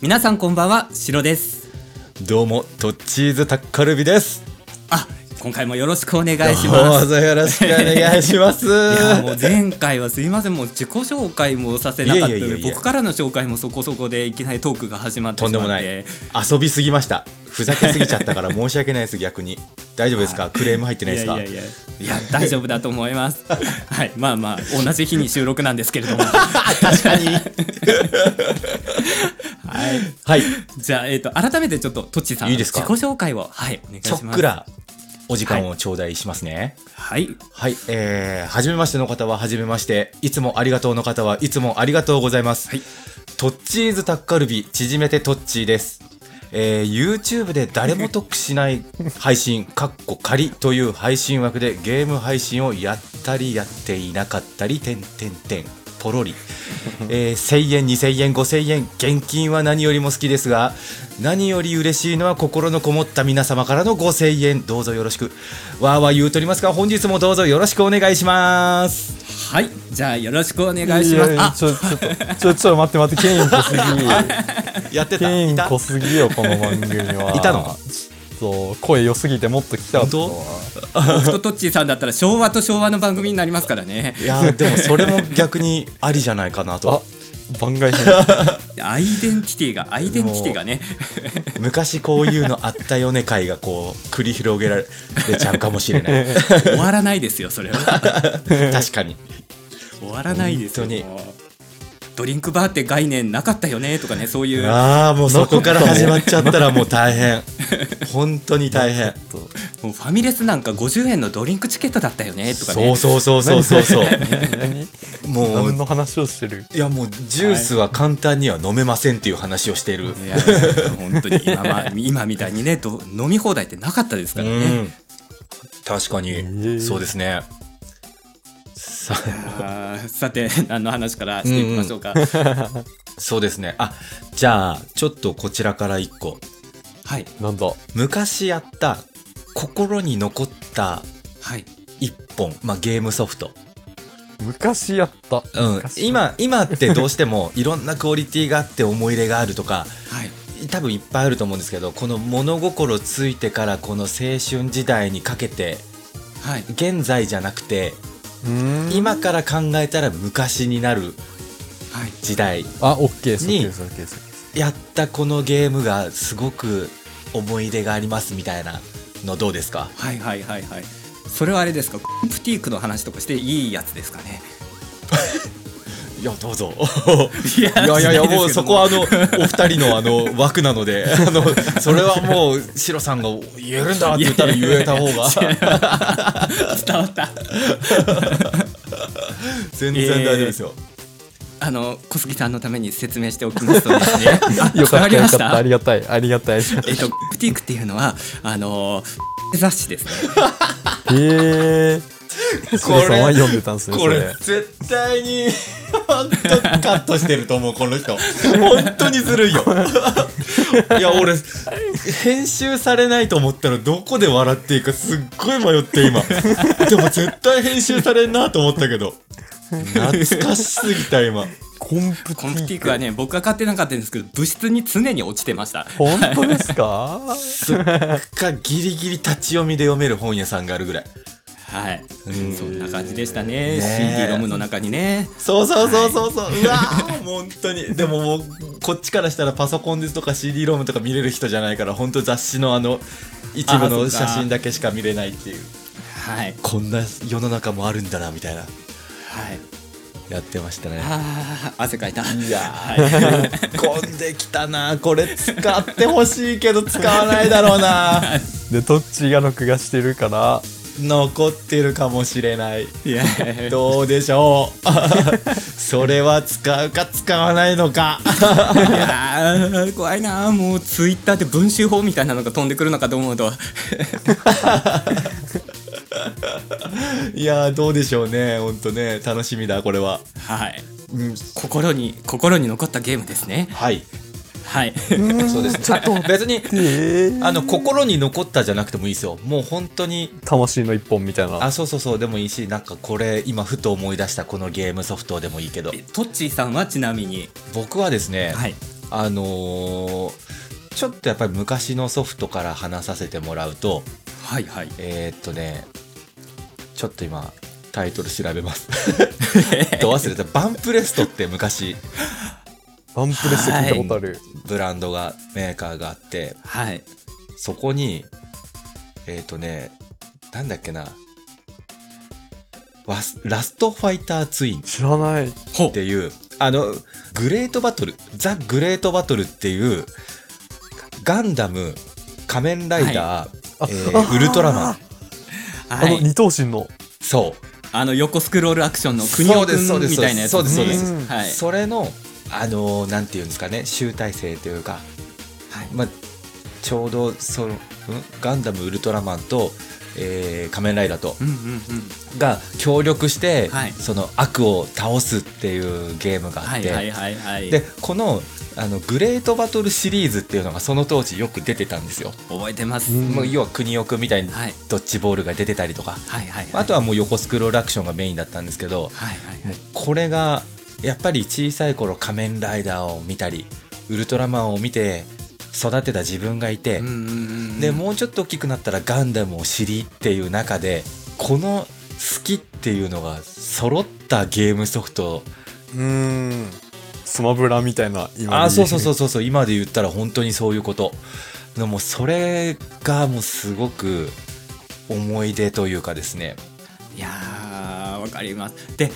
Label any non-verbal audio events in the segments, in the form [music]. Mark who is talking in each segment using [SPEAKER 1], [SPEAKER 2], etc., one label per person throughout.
[SPEAKER 1] 皆さんこんばんは、しろです。
[SPEAKER 2] どうも、トッチーズタッカルビです。
[SPEAKER 1] あ、今回もよろしくお願いし
[SPEAKER 2] ど
[SPEAKER 1] ま
[SPEAKER 2] う
[SPEAKER 1] す。
[SPEAKER 2] ぞよろしくお願いしま
[SPEAKER 1] [laughs]
[SPEAKER 2] す。
[SPEAKER 1] いやもう前回はすいませんもう自己紹介もさせなかったの
[SPEAKER 2] いやいやいや
[SPEAKER 1] で
[SPEAKER 2] いや
[SPEAKER 1] 僕からの紹介もそこそこでいきなりトークが始まってしま
[SPEAKER 2] と
[SPEAKER 1] っ
[SPEAKER 2] ん
[SPEAKER 1] て
[SPEAKER 2] でもない。遊びすぎました。ふざけすぎちゃったから申し訳ないです、逆に。大丈夫ですかクレーム入ってないですか
[SPEAKER 1] やいやいやいや大丈夫だと思います
[SPEAKER 2] [laughs]
[SPEAKER 1] はいまあまあ同じ日に収録なんですけれども
[SPEAKER 2] 確かに。はい。
[SPEAKER 1] じゃあ、えー、と改めてちょっととっちさん
[SPEAKER 2] いいですか
[SPEAKER 1] 自己紹介をはいお願いし
[SPEAKER 2] ちょ
[SPEAKER 1] ま
[SPEAKER 2] っ
[SPEAKER 1] す
[SPEAKER 2] くら、お時間を頂戴しますね。
[SPEAKER 1] はい
[SPEAKER 2] はい。えー、はじめましての方ははじめまして。いつもありがとうの方はいつもありがとうございます。
[SPEAKER 1] はい
[SPEAKER 2] トッチーズタッカルビ縮めてトッチーです、えー YouTube で誰も得しない配信かっこ仮という配信枠でゲーム配信をやったりやっていなかったりてんてんてんポロリ、えー1000円2000円5000円現金は何よりも好きですが何より嬉しいのは心のこもった皆様からの5000円どうぞよろしくわーわー言うとりますが本日もどうぞよろしくお願いします
[SPEAKER 1] はいじゃあよろしくお願いします
[SPEAKER 3] いやいや
[SPEAKER 1] あ
[SPEAKER 3] ちょ、ちょっと、ちょ、ちょ、待って待って、ケイン濃す
[SPEAKER 2] やって
[SPEAKER 3] ぎ。ケ
[SPEAKER 2] た
[SPEAKER 3] イ
[SPEAKER 2] い
[SPEAKER 3] ン
[SPEAKER 2] た
[SPEAKER 3] 濃すぎ
[SPEAKER 2] [laughs]
[SPEAKER 3] よ、この番組は。
[SPEAKER 2] いたの
[SPEAKER 3] そう、声良すぎてもっと来たかったわ
[SPEAKER 2] 本
[SPEAKER 1] 僕ととっちさんだったら昭和と昭和の番組になりますからね
[SPEAKER 2] いやーでもそれも逆にありじゃないかなと
[SPEAKER 3] あ、番外編。
[SPEAKER 1] アイデンティティがアイデンティティがね [laughs]
[SPEAKER 2] 昔こういうのあったよね会がこう繰り広げられちゃうかもしれない
[SPEAKER 1] 終わらないですよそれ
[SPEAKER 2] [laughs]
[SPEAKER 1] は
[SPEAKER 2] 確かに
[SPEAKER 1] 終わらないですよ
[SPEAKER 2] 本当に
[SPEAKER 1] もうドリンクバーって概念なかったよねとかねそういう
[SPEAKER 2] ああもうそこから始まっちゃったらもう大変本当に大変
[SPEAKER 1] もうファミレスなんか50円のドリンクチケットだったよねとかね
[SPEAKER 2] そうそうそうそうそうそう
[SPEAKER 3] 何
[SPEAKER 2] [laughs] もう
[SPEAKER 3] 何の話をしてる
[SPEAKER 2] いやもうジュースは簡単には飲めませんっていう話をしてる、
[SPEAKER 1] いやいやいや本当に今,、まあ、今みたいにねど飲み放題ってなかったですから
[SPEAKER 2] う
[SPEAKER 1] ね、
[SPEAKER 2] ん確かに
[SPEAKER 3] ー
[SPEAKER 2] そうですねさ
[SPEAKER 1] あーさて何の話からしていきましょうか、
[SPEAKER 2] そうですねあじゃあちょっとこちらから一個
[SPEAKER 1] はい
[SPEAKER 3] なんだ
[SPEAKER 2] 昔やった心に残った
[SPEAKER 1] はい
[SPEAKER 2] 一本、まあ、ゲームソフト、
[SPEAKER 3] 昔やった。
[SPEAKER 2] うん、
[SPEAKER 3] 昔
[SPEAKER 2] 今今ってどうしても [laughs] いろんなクオリティがあって思い入れがあるとか
[SPEAKER 1] はい
[SPEAKER 2] 多分いっぱいあると思うんですけどこの物心ついてからこの青春時代にかけて
[SPEAKER 1] はい
[SPEAKER 2] 現在じゃなくて
[SPEAKER 3] うーん
[SPEAKER 2] 今から考えたら昔になる
[SPEAKER 1] はい
[SPEAKER 2] 時代
[SPEAKER 3] あ、オッケーです、オッ
[SPEAKER 2] に
[SPEAKER 3] ケーです、オッケーですオッケーです。
[SPEAKER 2] やったこのゲームがすごく思い出がありますみたいなのどうですか
[SPEAKER 1] はいはいはいはいそれはあれですかコンプティークの話とかしていいやつですか
[SPEAKER 2] [laughs]
[SPEAKER 1] ね
[SPEAKER 2] いやどうぞ
[SPEAKER 1] いや
[SPEAKER 2] いやいやいや
[SPEAKER 1] しな
[SPEAKER 2] もう
[SPEAKER 1] ですけど
[SPEAKER 2] そこはあのお二人のあの枠なのであのそれはもうシロさんが言えるんだって言ったら言えた方が
[SPEAKER 1] 伝わった
[SPEAKER 2] 全然大丈夫ですよ、
[SPEAKER 1] あの小杉さんのために説明しておきますとですねあ
[SPEAKER 3] よか
[SPEAKER 1] わ
[SPEAKER 3] った、
[SPEAKER 1] りま
[SPEAKER 3] よ
[SPEAKER 1] し
[SPEAKER 3] かった。ありがたい、ありが
[SPEAKER 2] [laughs]
[SPEAKER 3] たい。へ
[SPEAKER 1] えっと、プティークっていうのは、あの雑誌ですね。
[SPEAKER 3] え。シロさんは読んでたんですね、
[SPEAKER 2] こ
[SPEAKER 3] そ
[SPEAKER 2] れ
[SPEAKER 3] れ。
[SPEAKER 2] 絶対に本当にカットしてると思うこの人本当にずるいよいや俺編集されないと思ったらどこで笑っていいかすっごい迷って今でも絶対編集されんなと思ったけど懐かしすぎた今
[SPEAKER 3] コンプテ
[SPEAKER 1] コンプティ
[SPEAKER 3] ィ
[SPEAKER 1] ークはね、僕は買ってなかったんですけど、部室に常に落ちてました。
[SPEAKER 3] 本当ですか [laughs]
[SPEAKER 2] そっかギリギリ立ち読みで読める本屋さんがあるぐらい
[SPEAKER 1] はい、
[SPEAKER 2] うん
[SPEAKER 1] そんな感じでしたね。
[SPEAKER 2] ねえ
[SPEAKER 1] CD ロムの中にね。
[SPEAKER 2] そうそうそうそうそう、うわー本当に [laughs] でももうこっちからしたらパソコンですとか CD ロムとか見れる人じゃないから本当雑誌のあの一部
[SPEAKER 1] あ
[SPEAKER 2] の
[SPEAKER 1] ーそっか
[SPEAKER 2] 写真だけしか見れないっていう
[SPEAKER 1] はい、
[SPEAKER 2] こんな世の中もあるんだなみたいな
[SPEAKER 1] はい、
[SPEAKER 2] やってましたね [laughs]
[SPEAKER 1] ああ、汗かいた。
[SPEAKER 2] いや
[SPEAKER 1] はい、
[SPEAKER 2] 混んできたなこれ使ってほしいけど使わないだろう [laughs] な
[SPEAKER 3] で、どっちが録画してるから、
[SPEAKER 2] 残ってるかもしれない
[SPEAKER 1] いや、
[SPEAKER 2] どうでしょう [laughs] それは使うか使わないのか
[SPEAKER 1] いやー怖いなー、もうツイッターで文集法みたいなのが飛んでくるのかと思うと。
[SPEAKER 2] いやーどうでしょうね本当ね楽しみだこれは、
[SPEAKER 1] はい、
[SPEAKER 2] うん、
[SPEAKER 1] 心に、心に残ったゲームですね。
[SPEAKER 2] はい
[SPEAKER 1] はい。
[SPEAKER 2] [laughs] そうですちょっと別に
[SPEAKER 3] えー
[SPEAKER 2] あの心に残ったじゃなくてもいいですよもう本当に
[SPEAKER 3] 魂の一本みたいな。
[SPEAKER 2] あそうそうそうでもいいしなんかこれ今ふと思い出したこのゲームソフトでもいいけど
[SPEAKER 1] えトッチーさんはちなみに。
[SPEAKER 2] 僕はですね、
[SPEAKER 1] はい。
[SPEAKER 2] あのーちょっとやっぱり昔のソフトから話させてもらうと、
[SPEAKER 1] はいはい
[SPEAKER 2] えーっとね、ちょっと今、タイトル調べます。 [laughs] ど忘れた。バンプレストって昔、
[SPEAKER 4] バンプレスで聞いたことある。
[SPEAKER 2] ブランドが、メーカーがあって、
[SPEAKER 1] はい
[SPEAKER 2] そこに、えっ、とね、なんだっけな、ワスラストファイターツインっ
[SPEAKER 4] 知らない。
[SPEAKER 1] ほ
[SPEAKER 2] ていう、あの、グレートバトル、ザ・グレートバトルっていう、ガンダム、仮面ライダー、
[SPEAKER 4] あ
[SPEAKER 2] えーウルトラマン、
[SPEAKER 4] あ
[SPEAKER 1] は
[SPEAKER 4] の
[SPEAKER 1] い
[SPEAKER 4] 二頭身の。
[SPEAKER 2] そう、
[SPEAKER 1] あの横スクロールアクションの国尾君
[SPEAKER 2] そうです
[SPEAKER 1] みたいなやつ
[SPEAKER 2] そうです
[SPEAKER 4] そうです
[SPEAKER 1] ね
[SPEAKER 4] そうです
[SPEAKER 1] はい
[SPEAKER 2] それの、あのーなんていうんですかね、集大成というか、
[SPEAKER 1] はい
[SPEAKER 2] まあ、ちょうどその、んガンダム、ウルトラマンと、えー仮面ライダーと、
[SPEAKER 1] うんうんうん
[SPEAKER 2] が協力して、
[SPEAKER 1] はい
[SPEAKER 2] その悪を倒すっていうゲームがあ
[SPEAKER 1] は
[SPEAKER 2] っ
[SPEAKER 1] い
[SPEAKER 2] て、
[SPEAKER 1] はいはいはい
[SPEAKER 2] でこのあのグレートバトルシリーズっていうのがその当時よく出てたんですよ。
[SPEAKER 1] 覚えてます
[SPEAKER 4] うん
[SPEAKER 2] もう要は国奥みたいに
[SPEAKER 1] はい
[SPEAKER 2] ドッジボールが出てたりとか、
[SPEAKER 1] はいはい
[SPEAKER 2] あと
[SPEAKER 1] は
[SPEAKER 2] はもう横スクロールアクションがメインだったんですけど、
[SPEAKER 1] はいはい
[SPEAKER 2] もうこれがやっぱり小さい頃仮面ライダーを見たりウルトラマンを見て育てた自分がいて、
[SPEAKER 1] うんうんうん
[SPEAKER 2] でもうちょっと大きくなったらガンダムを知りっていう中でこの好きっていうのが揃ったゲームソフト
[SPEAKER 4] うーん。スマブラみたいな、今。。
[SPEAKER 2] あーそうそうそううそうそう [laughs] 今で言ったら本当にそういうことでもうそれがもうすごく思い出というかですね
[SPEAKER 1] いやーわかりますで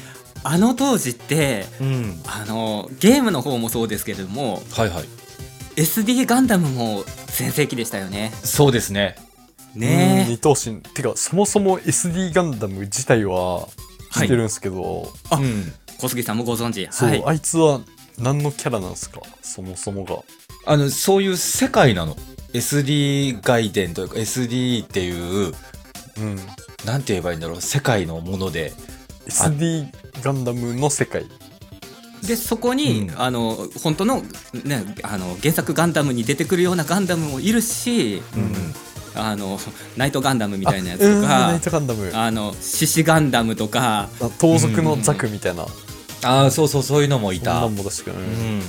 [SPEAKER 1] あの当時って
[SPEAKER 2] うん
[SPEAKER 1] あのゲームの方もそうですけれども
[SPEAKER 2] はいはい
[SPEAKER 1] SD ガンダムも全盛期でしたよね
[SPEAKER 2] そうですね
[SPEAKER 4] [laughs] うん
[SPEAKER 1] ね
[SPEAKER 4] 二頭身。てか、そもそも SD ガンダム自体は知
[SPEAKER 1] はい
[SPEAKER 4] ってるんですけど、
[SPEAKER 1] あ
[SPEAKER 2] うん、
[SPEAKER 1] え小杉さんもご存知
[SPEAKER 4] そう、
[SPEAKER 1] はい
[SPEAKER 4] あいつは何のキャラなんですかそもそもが。
[SPEAKER 2] あのそういう世界なの SD 外伝というか SD っていう
[SPEAKER 4] うん。
[SPEAKER 2] なんて言えばいいんだろう世界のもので
[SPEAKER 4] SD ガンダムの世界。
[SPEAKER 1] でそこに、
[SPEAKER 2] うん
[SPEAKER 1] あの本当の,、ね、あの原作ガンダムに出てくるようなガンダムもいるし
[SPEAKER 4] うん
[SPEAKER 1] あのナイトガンダムみたいなや
[SPEAKER 4] うん
[SPEAKER 1] つと
[SPEAKER 4] ナ
[SPEAKER 1] か
[SPEAKER 4] イトガンダム。あ
[SPEAKER 1] あの獅子ガンダムとか
[SPEAKER 4] 盗賊のザクみたいな。
[SPEAKER 2] ああそうそうそういうのもい
[SPEAKER 4] そん
[SPEAKER 2] た
[SPEAKER 4] なんも確かに。
[SPEAKER 2] うん、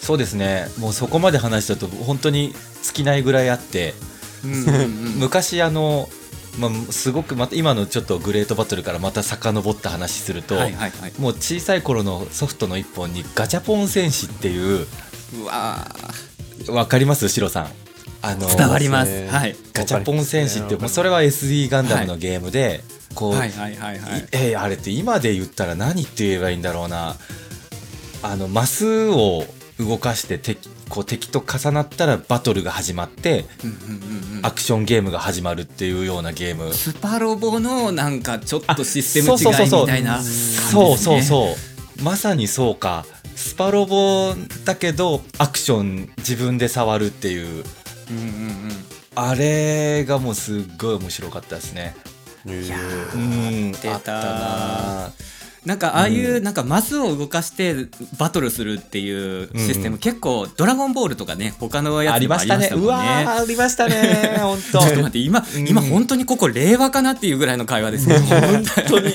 [SPEAKER 2] そうですねもうそこまで話したと本当に尽きないぐらいあって
[SPEAKER 1] うんうんうん
[SPEAKER 2] 昔あの、まあ、すごくまた今のちょっとグレートバトルからまた遡った話すると、
[SPEAKER 1] はいはいはい
[SPEAKER 2] もう小さい頃のソフトの一本にガチャポン戦士っていう
[SPEAKER 1] うわー
[SPEAKER 2] わかりますシロさんあの
[SPEAKER 1] 伝わります
[SPEAKER 4] そうですね
[SPEAKER 1] はい
[SPEAKER 2] ガチャポン戦士ってもうそれは SD ガンダムのゲームで、こう、
[SPEAKER 1] はいはいはいはい
[SPEAKER 2] いえーあれって今で言ったら何って言えばいいんだろうなあのマスを動かして敵こう敵と重なったらバトルが始まって
[SPEAKER 1] うんうんうんうん
[SPEAKER 2] アクションゲームが始まるっていうようなゲーム
[SPEAKER 1] スパロボのなんかちょっとシステム
[SPEAKER 2] あそうそう
[SPEAKER 1] 違い
[SPEAKER 2] そうそう
[SPEAKER 1] みたいな感じですね
[SPEAKER 2] そうそうそうまさにそうかスパロボだけどアクション自分で触るっていう
[SPEAKER 1] うんうんうん
[SPEAKER 2] あれがもうすっごい面白かったですね
[SPEAKER 4] へ
[SPEAKER 1] いやー
[SPEAKER 4] ー
[SPEAKER 2] うん
[SPEAKER 1] 出た
[SPEAKER 2] あったなあ
[SPEAKER 1] なんかああいうなんかマスを動かしてバトルするっていうシステム、
[SPEAKER 2] うん
[SPEAKER 1] 結構ドラゴンボールとかね他のやつで
[SPEAKER 2] あり
[SPEAKER 1] も
[SPEAKER 2] ま
[SPEAKER 1] あ
[SPEAKER 2] し
[SPEAKER 1] り
[SPEAKER 2] た
[SPEAKER 1] まし
[SPEAKER 2] ね
[SPEAKER 1] たもん
[SPEAKER 2] うわ
[SPEAKER 1] ね。
[SPEAKER 2] ーありましたね
[SPEAKER 1] [laughs]
[SPEAKER 2] 本
[SPEAKER 1] ち
[SPEAKER 2] 当
[SPEAKER 1] ょっと待って今、今
[SPEAKER 2] うん
[SPEAKER 1] 本当にここ令和かなっていうぐらいの会話ですね。
[SPEAKER 2] 本当に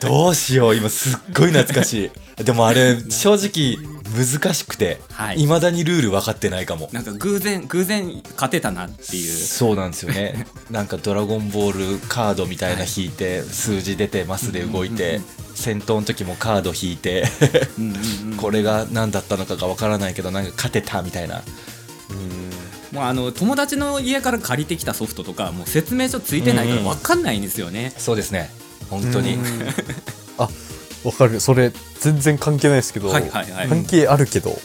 [SPEAKER 2] どうしよう今すっごい懐かしいでもあれ正直難しくて、
[SPEAKER 1] はい
[SPEAKER 2] 未だにルール分かってないかも
[SPEAKER 1] なんか偶然偶然勝てたなっていう。
[SPEAKER 2] そうなんです
[SPEAKER 1] [laughs]
[SPEAKER 2] よねなんか「ドラゴンボール」カードみたいな引いて、数字出てマスで動いて、
[SPEAKER 1] うんうんうん
[SPEAKER 2] 戦闘の時もカード引いて
[SPEAKER 1] うんうんうん
[SPEAKER 2] これが何だったのかが分からないけどなんか勝てたみたいな
[SPEAKER 4] うん
[SPEAKER 1] もうあの友達の家から借りてきたソフトとかもう説明書ついてないから分かんないんですよね。
[SPEAKER 2] そうですね本当に
[SPEAKER 4] うんあわかるそれ全然関係ないですけど、
[SPEAKER 1] はいはいはい
[SPEAKER 4] 関係あるけど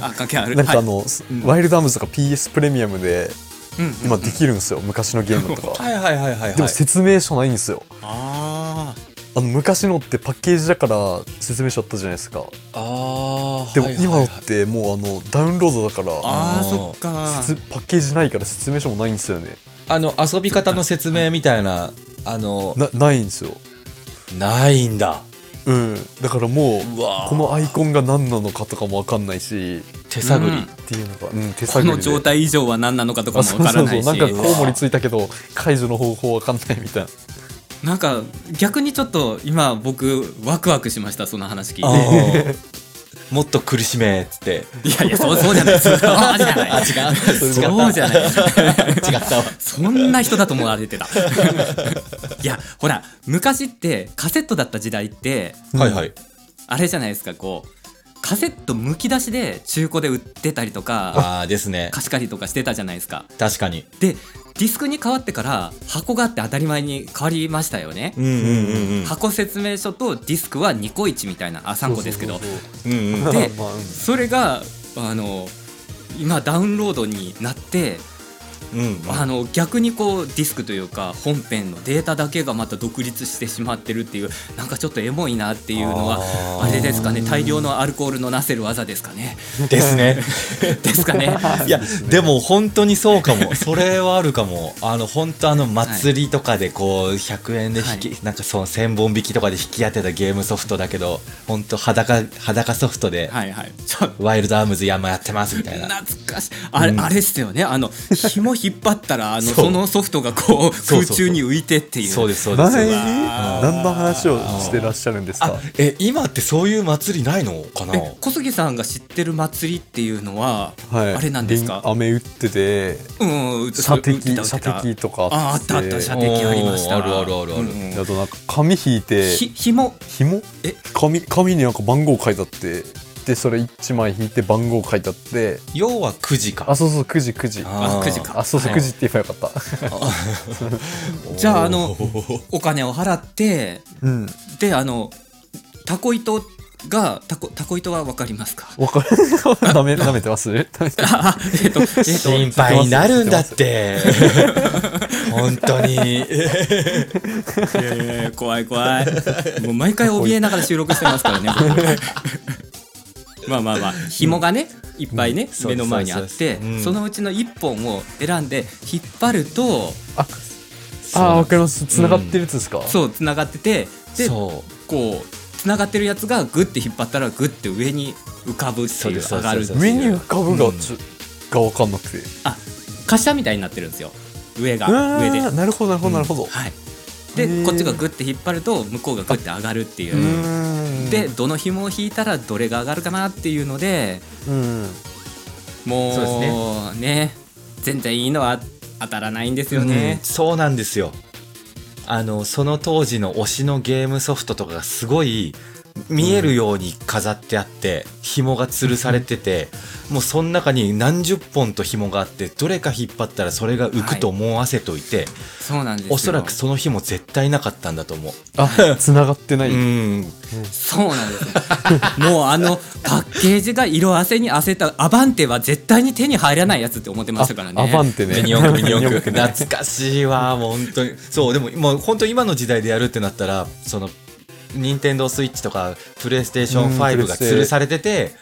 [SPEAKER 1] あ関係ある。
[SPEAKER 4] なんかあ
[SPEAKER 1] はい
[SPEAKER 4] の、
[SPEAKER 1] ん
[SPEAKER 4] ワイルドアームズとか PS プレミアムで
[SPEAKER 1] うんうん
[SPEAKER 4] 今できるんですよ、昔のゲーム
[SPEAKER 1] [laughs]
[SPEAKER 4] とか
[SPEAKER 2] はいはいはいはい
[SPEAKER 4] で
[SPEAKER 2] は
[SPEAKER 4] も
[SPEAKER 2] い
[SPEAKER 4] 説明書ないんですよ
[SPEAKER 1] あ
[SPEAKER 4] あの昔のってパッケージだから説明書あったじゃないですか
[SPEAKER 2] あー
[SPEAKER 4] でも
[SPEAKER 2] はいはい
[SPEAKER 4] 今
[SPEAKER 2] はい
[SPEAKER 4] のってもうあのダウンロードだから
[SPEAKER 1] ーあー
[SPEAKER 2] あー
[SPEAKER 1] そっか。
[SPEAKER 4] 説パッケージないから説明書もないんですよね
[SPEAKER 2] あの遊び方の説明みたいなあの
[SPEAKER 4] なないんですよ
[SPEAKER 2] ないんだ
[SPEAKER 4] うんだからもう
[SPEAKER 2] うわー
[SPEAKER 4] このアイコンが何なのかとかもわかんないし
[SPEAKER 2] 手探り、
[SPEAKER 1] うん
[SPEAKER 4] っていうのが、うん、手
[SPEAKER 1] こ
[SPEAKER 4] 探りで
[SPEAKER 1] の状態以上は何なのかとかも分からないし。
[SPEAKER 4] あそうそうそうなんかコウモリついたけど解除の方法わかんないみたいな
[SPEAKER 1] なん [laughs] か逆にちょっと今僕ワクワクしましたその話聞いて
[SPEAKER 2] あーもっと苦しめっつって
[SPEAKER 1] いやいや、そうそうじゃない。そうじゃない。
[SPEAKER 2] あ違う
[SPEAKER 1] そう
[SPEAKER 4] [laughs]
[SPEAKER 1] じゃない。
[SPEAKER 2] [laughs] 違ったわ
[SPEAKER 1] そんな人だと思われてた。いや、ほら、昔ってカセットだった時代って、
[SPEAKER 2] はいはい
[SPEAKER 1] あれじゃないですか、こう。カセットむき出しで中古で売ってたりとか、
[SPEAKER 2] ああですね
[SPEAKER 1] 貸し借りとかしてたじゃないですか。
[SPEAKER 2] 確かに
[SPEAKER 1] で、ディスクに変わってから箱があって当たり前に変わりましたよね。
[SPEAKER 2] うんうんうんうん
[SPEAKER 1] 箱説明書とディスクは2個1みたいな、あ、3個ですけど。
[SPEAKER 4] そうそう
[SPEAKER 2] うんうん
[SPEAKER 4] そう
[SPEAKER 1] で
[SPEAKER 4] まあまあうん
[SPEAKER 1] それがあの今ダウンロードになって、
[SPEAKER 2] うん
[SPEAKER 1] あの逆にこうディスクというか本編のデータだけがまた独立してしまってるっていうなんかちょっとエモいなっていうのは
[SPEAKER 2] あ
[SPEAKER 1] あ
[SPEAKER 2] ー
[SPEAKER 1] れですかね大量のアルコールのなせる技ですかね
[SPEAKER 2] です [laughs] ね
[SPEAKER 1] ですかね
[SPEAKER 2] いやでも本当にそうかもそれはあるかもあの本当あの祭りとかでこう100円で引き、なんかその1000本引きとかで引き当てたゲームソフトだけど本当裸裸ソフトで、
[SPEAKER 1] はいはいちょっと
[SPEAKER 2] ワイルドアームズ山やってますみたいな
[SPEAKER 1] 懐かしいあれ、
[SPEAKER 2] うん
[SPEAKER 1] あれっすよねあの紐引っ張ったらあの
[SPEAKER 2] そう
[SPEAKER 1] そのソフトがこう
[SPEAKER 2] そうそう
[SPEAKER 1] 空中に浮いてっていう
[SPEAKER 2] そうですそうです
[SPEAKER 4] 前に
[SPEAKER 1] わー
[SPEAKER 4] 何の話をしてらっしゃるんですか
[SPEAKER 2] あえ今ってそういう祭りないのかな
[SPEAKER 1] え小杉さんが知ってる祭りっていうのは、
[SPEAKER 4] はい、
[SPEAKER 1] あれなんですか
[SPEAKER 4] リン飴打ってて
[SPEAKER 1] うんうん、
[SPEAKER 4] 射
[SPEAKER 1] 打って
[SPEAKER 4] 的
[SPEAKER 1] た打って
[SPEAKER 4] 射
[SPEAKER 1] た
[SPEAKER 4] 的とか
[SPEAKER 1] ああ
[SPEAKER 4] あ
[SPEAKER 1] っ
[SPEAKER 4] って
[SPEAKER 1] たあった射的ありました
[SPEAKER 2] おーあるあるあるある
[SPEAKER 1] うんう
[SPEAKER 4] あ
[SPEAKER 1] ん
[SPEAKER 4] となんか紙引いて
[SPEAKER 1] ひ紐
[SPEAKER 4] 紐
[SPEAKER 1] え
[SPEAKER 4] 紙紙になんか番号書いてあってでそれ1枚引いて番号書いてあって
[SPEAKER 2] 要はくじか
[SPEAKER 4] あそうそう9時9時
[SPEAKER 1] あ
[SPEAKER 4] あ
[SPEAKER 2] ー
[SPEAKER 1] くじか
[SPEAKER 4] そうそう
[SPEAKER 1] はい
[SPEAKER 4] 9時って言えばよかった
[SPEAKER 1] じゃああのお金を払って
[SPEAKER 4] [laughs] うん
[SPEAKER 1] であのタコ糸がタコタコ糸はわかりますか [laughs]
[SPEAKER 4] わかる [laughs] ダメダメてますダメてます
[SPEAKER 1] あえっとえっと
[SPEAKER 2] 心配になるんだって。本当に。
[SPEAKER 1] いやいやいや怖い怖いもう毎回怯えながら収録してますからねまあまあまあ紐がね、いっぱいね、
[SPEAKER 2] そう
[SPEAKER 1] 目の前にあっ
[SPEAKER 2] そう
[SPEAKER 1] て
[SPEAKER 2] そ
[SPEAKER 1] そ
[SPEAKER 2] うそううん
[SPEAKER 1] のうちの1本を選んで引っ張ると
[SPEAKER 4] あ
[SPEAKER 2] そう
[SPEAKER 4] あわかります繋がってるやつですか、
[SPEAKER 1] そうつながっててで
[SPEAKER 2] そう。
[SPEAKER 1] こうつながってるやつがグッて引っ張ったらグッて上に浮かぶって
[SPEAKER 2] そう
[SPEAKER 1] い
[SPEAKER 2] で
[SPEAKER 1] う
[SPEAKER 2] すそう
[SPEAKER 1] 上
[SPEAKER 2] です
[SPEAKER 1] がる
[SPEAKER 2] そうです
[SPEAKER 4] 上に浮かぶが、
[SPEAKER 2] うん
[SPEAKER 4] ちょがわかんなくて
[SPEAKER 1] あ滑車みたいになってるんですよ上が
[SPEAKER 4] うわ
[SPEAKER 1] 上で
[SPEAKER 4] ー
[SPEAKER 1] は
[SPEAKER 4] なるほどなるほどなるほど、
[SPEAKER 1] い
[SPEAKER 4] へ
[SPEAKER 1] で
[SPEAKER 4] ー
[SPEAKER 1] こっちがグッて引っ張ると向こうがグッて上がるっていうう
[SPEAKER 4] ーん
[SPEAKER 1] でどの紐を引いたらどれが上がるかなっていうので
[SPEAKER 4] うん
[SPEAKER 1] も
[SPEAKER 2] そう
[SPEAKER 1] うね全然いいのは当たらないんですよね
[SPEAKER 2] うん、そうなんですよ。あの、その当時の推しのゲームソフトとかがすごい見えるように飾ってあって、紐が吊るされてて、もうその中に何十本と紐があって、どれか引っ張ったらそれが浮くと思わせといて、
[SPEAKER 1] そうなんですよ
[SPEAKER 2] おそらくその日も絶対なかったんだと思う。
[SPEAKER 4] あ繋がってない、
[SPEAKER 2] うん。
[SPEAKER 1] そうなんですよ [laughs] もうあのパッケージが色あせにあせたアバンテは絶対に手に入らないやつって思ってましたからね
[SPEAKER 4] あアバンテね
[SPEAKER 2] ミニオンクミニオンク
[SPEAKER 4] ね
[SPEAKER 2] 懐かしいわもう本当にそうでももう本当に今の時代でやるってなったらその任天堂スイッチとかプレイステーション
[SPEAKER 4] うん
[SPEAKER 2] 5が
[SPEAKER 4] プレステ
[SPEAKER 2] 吊るされてて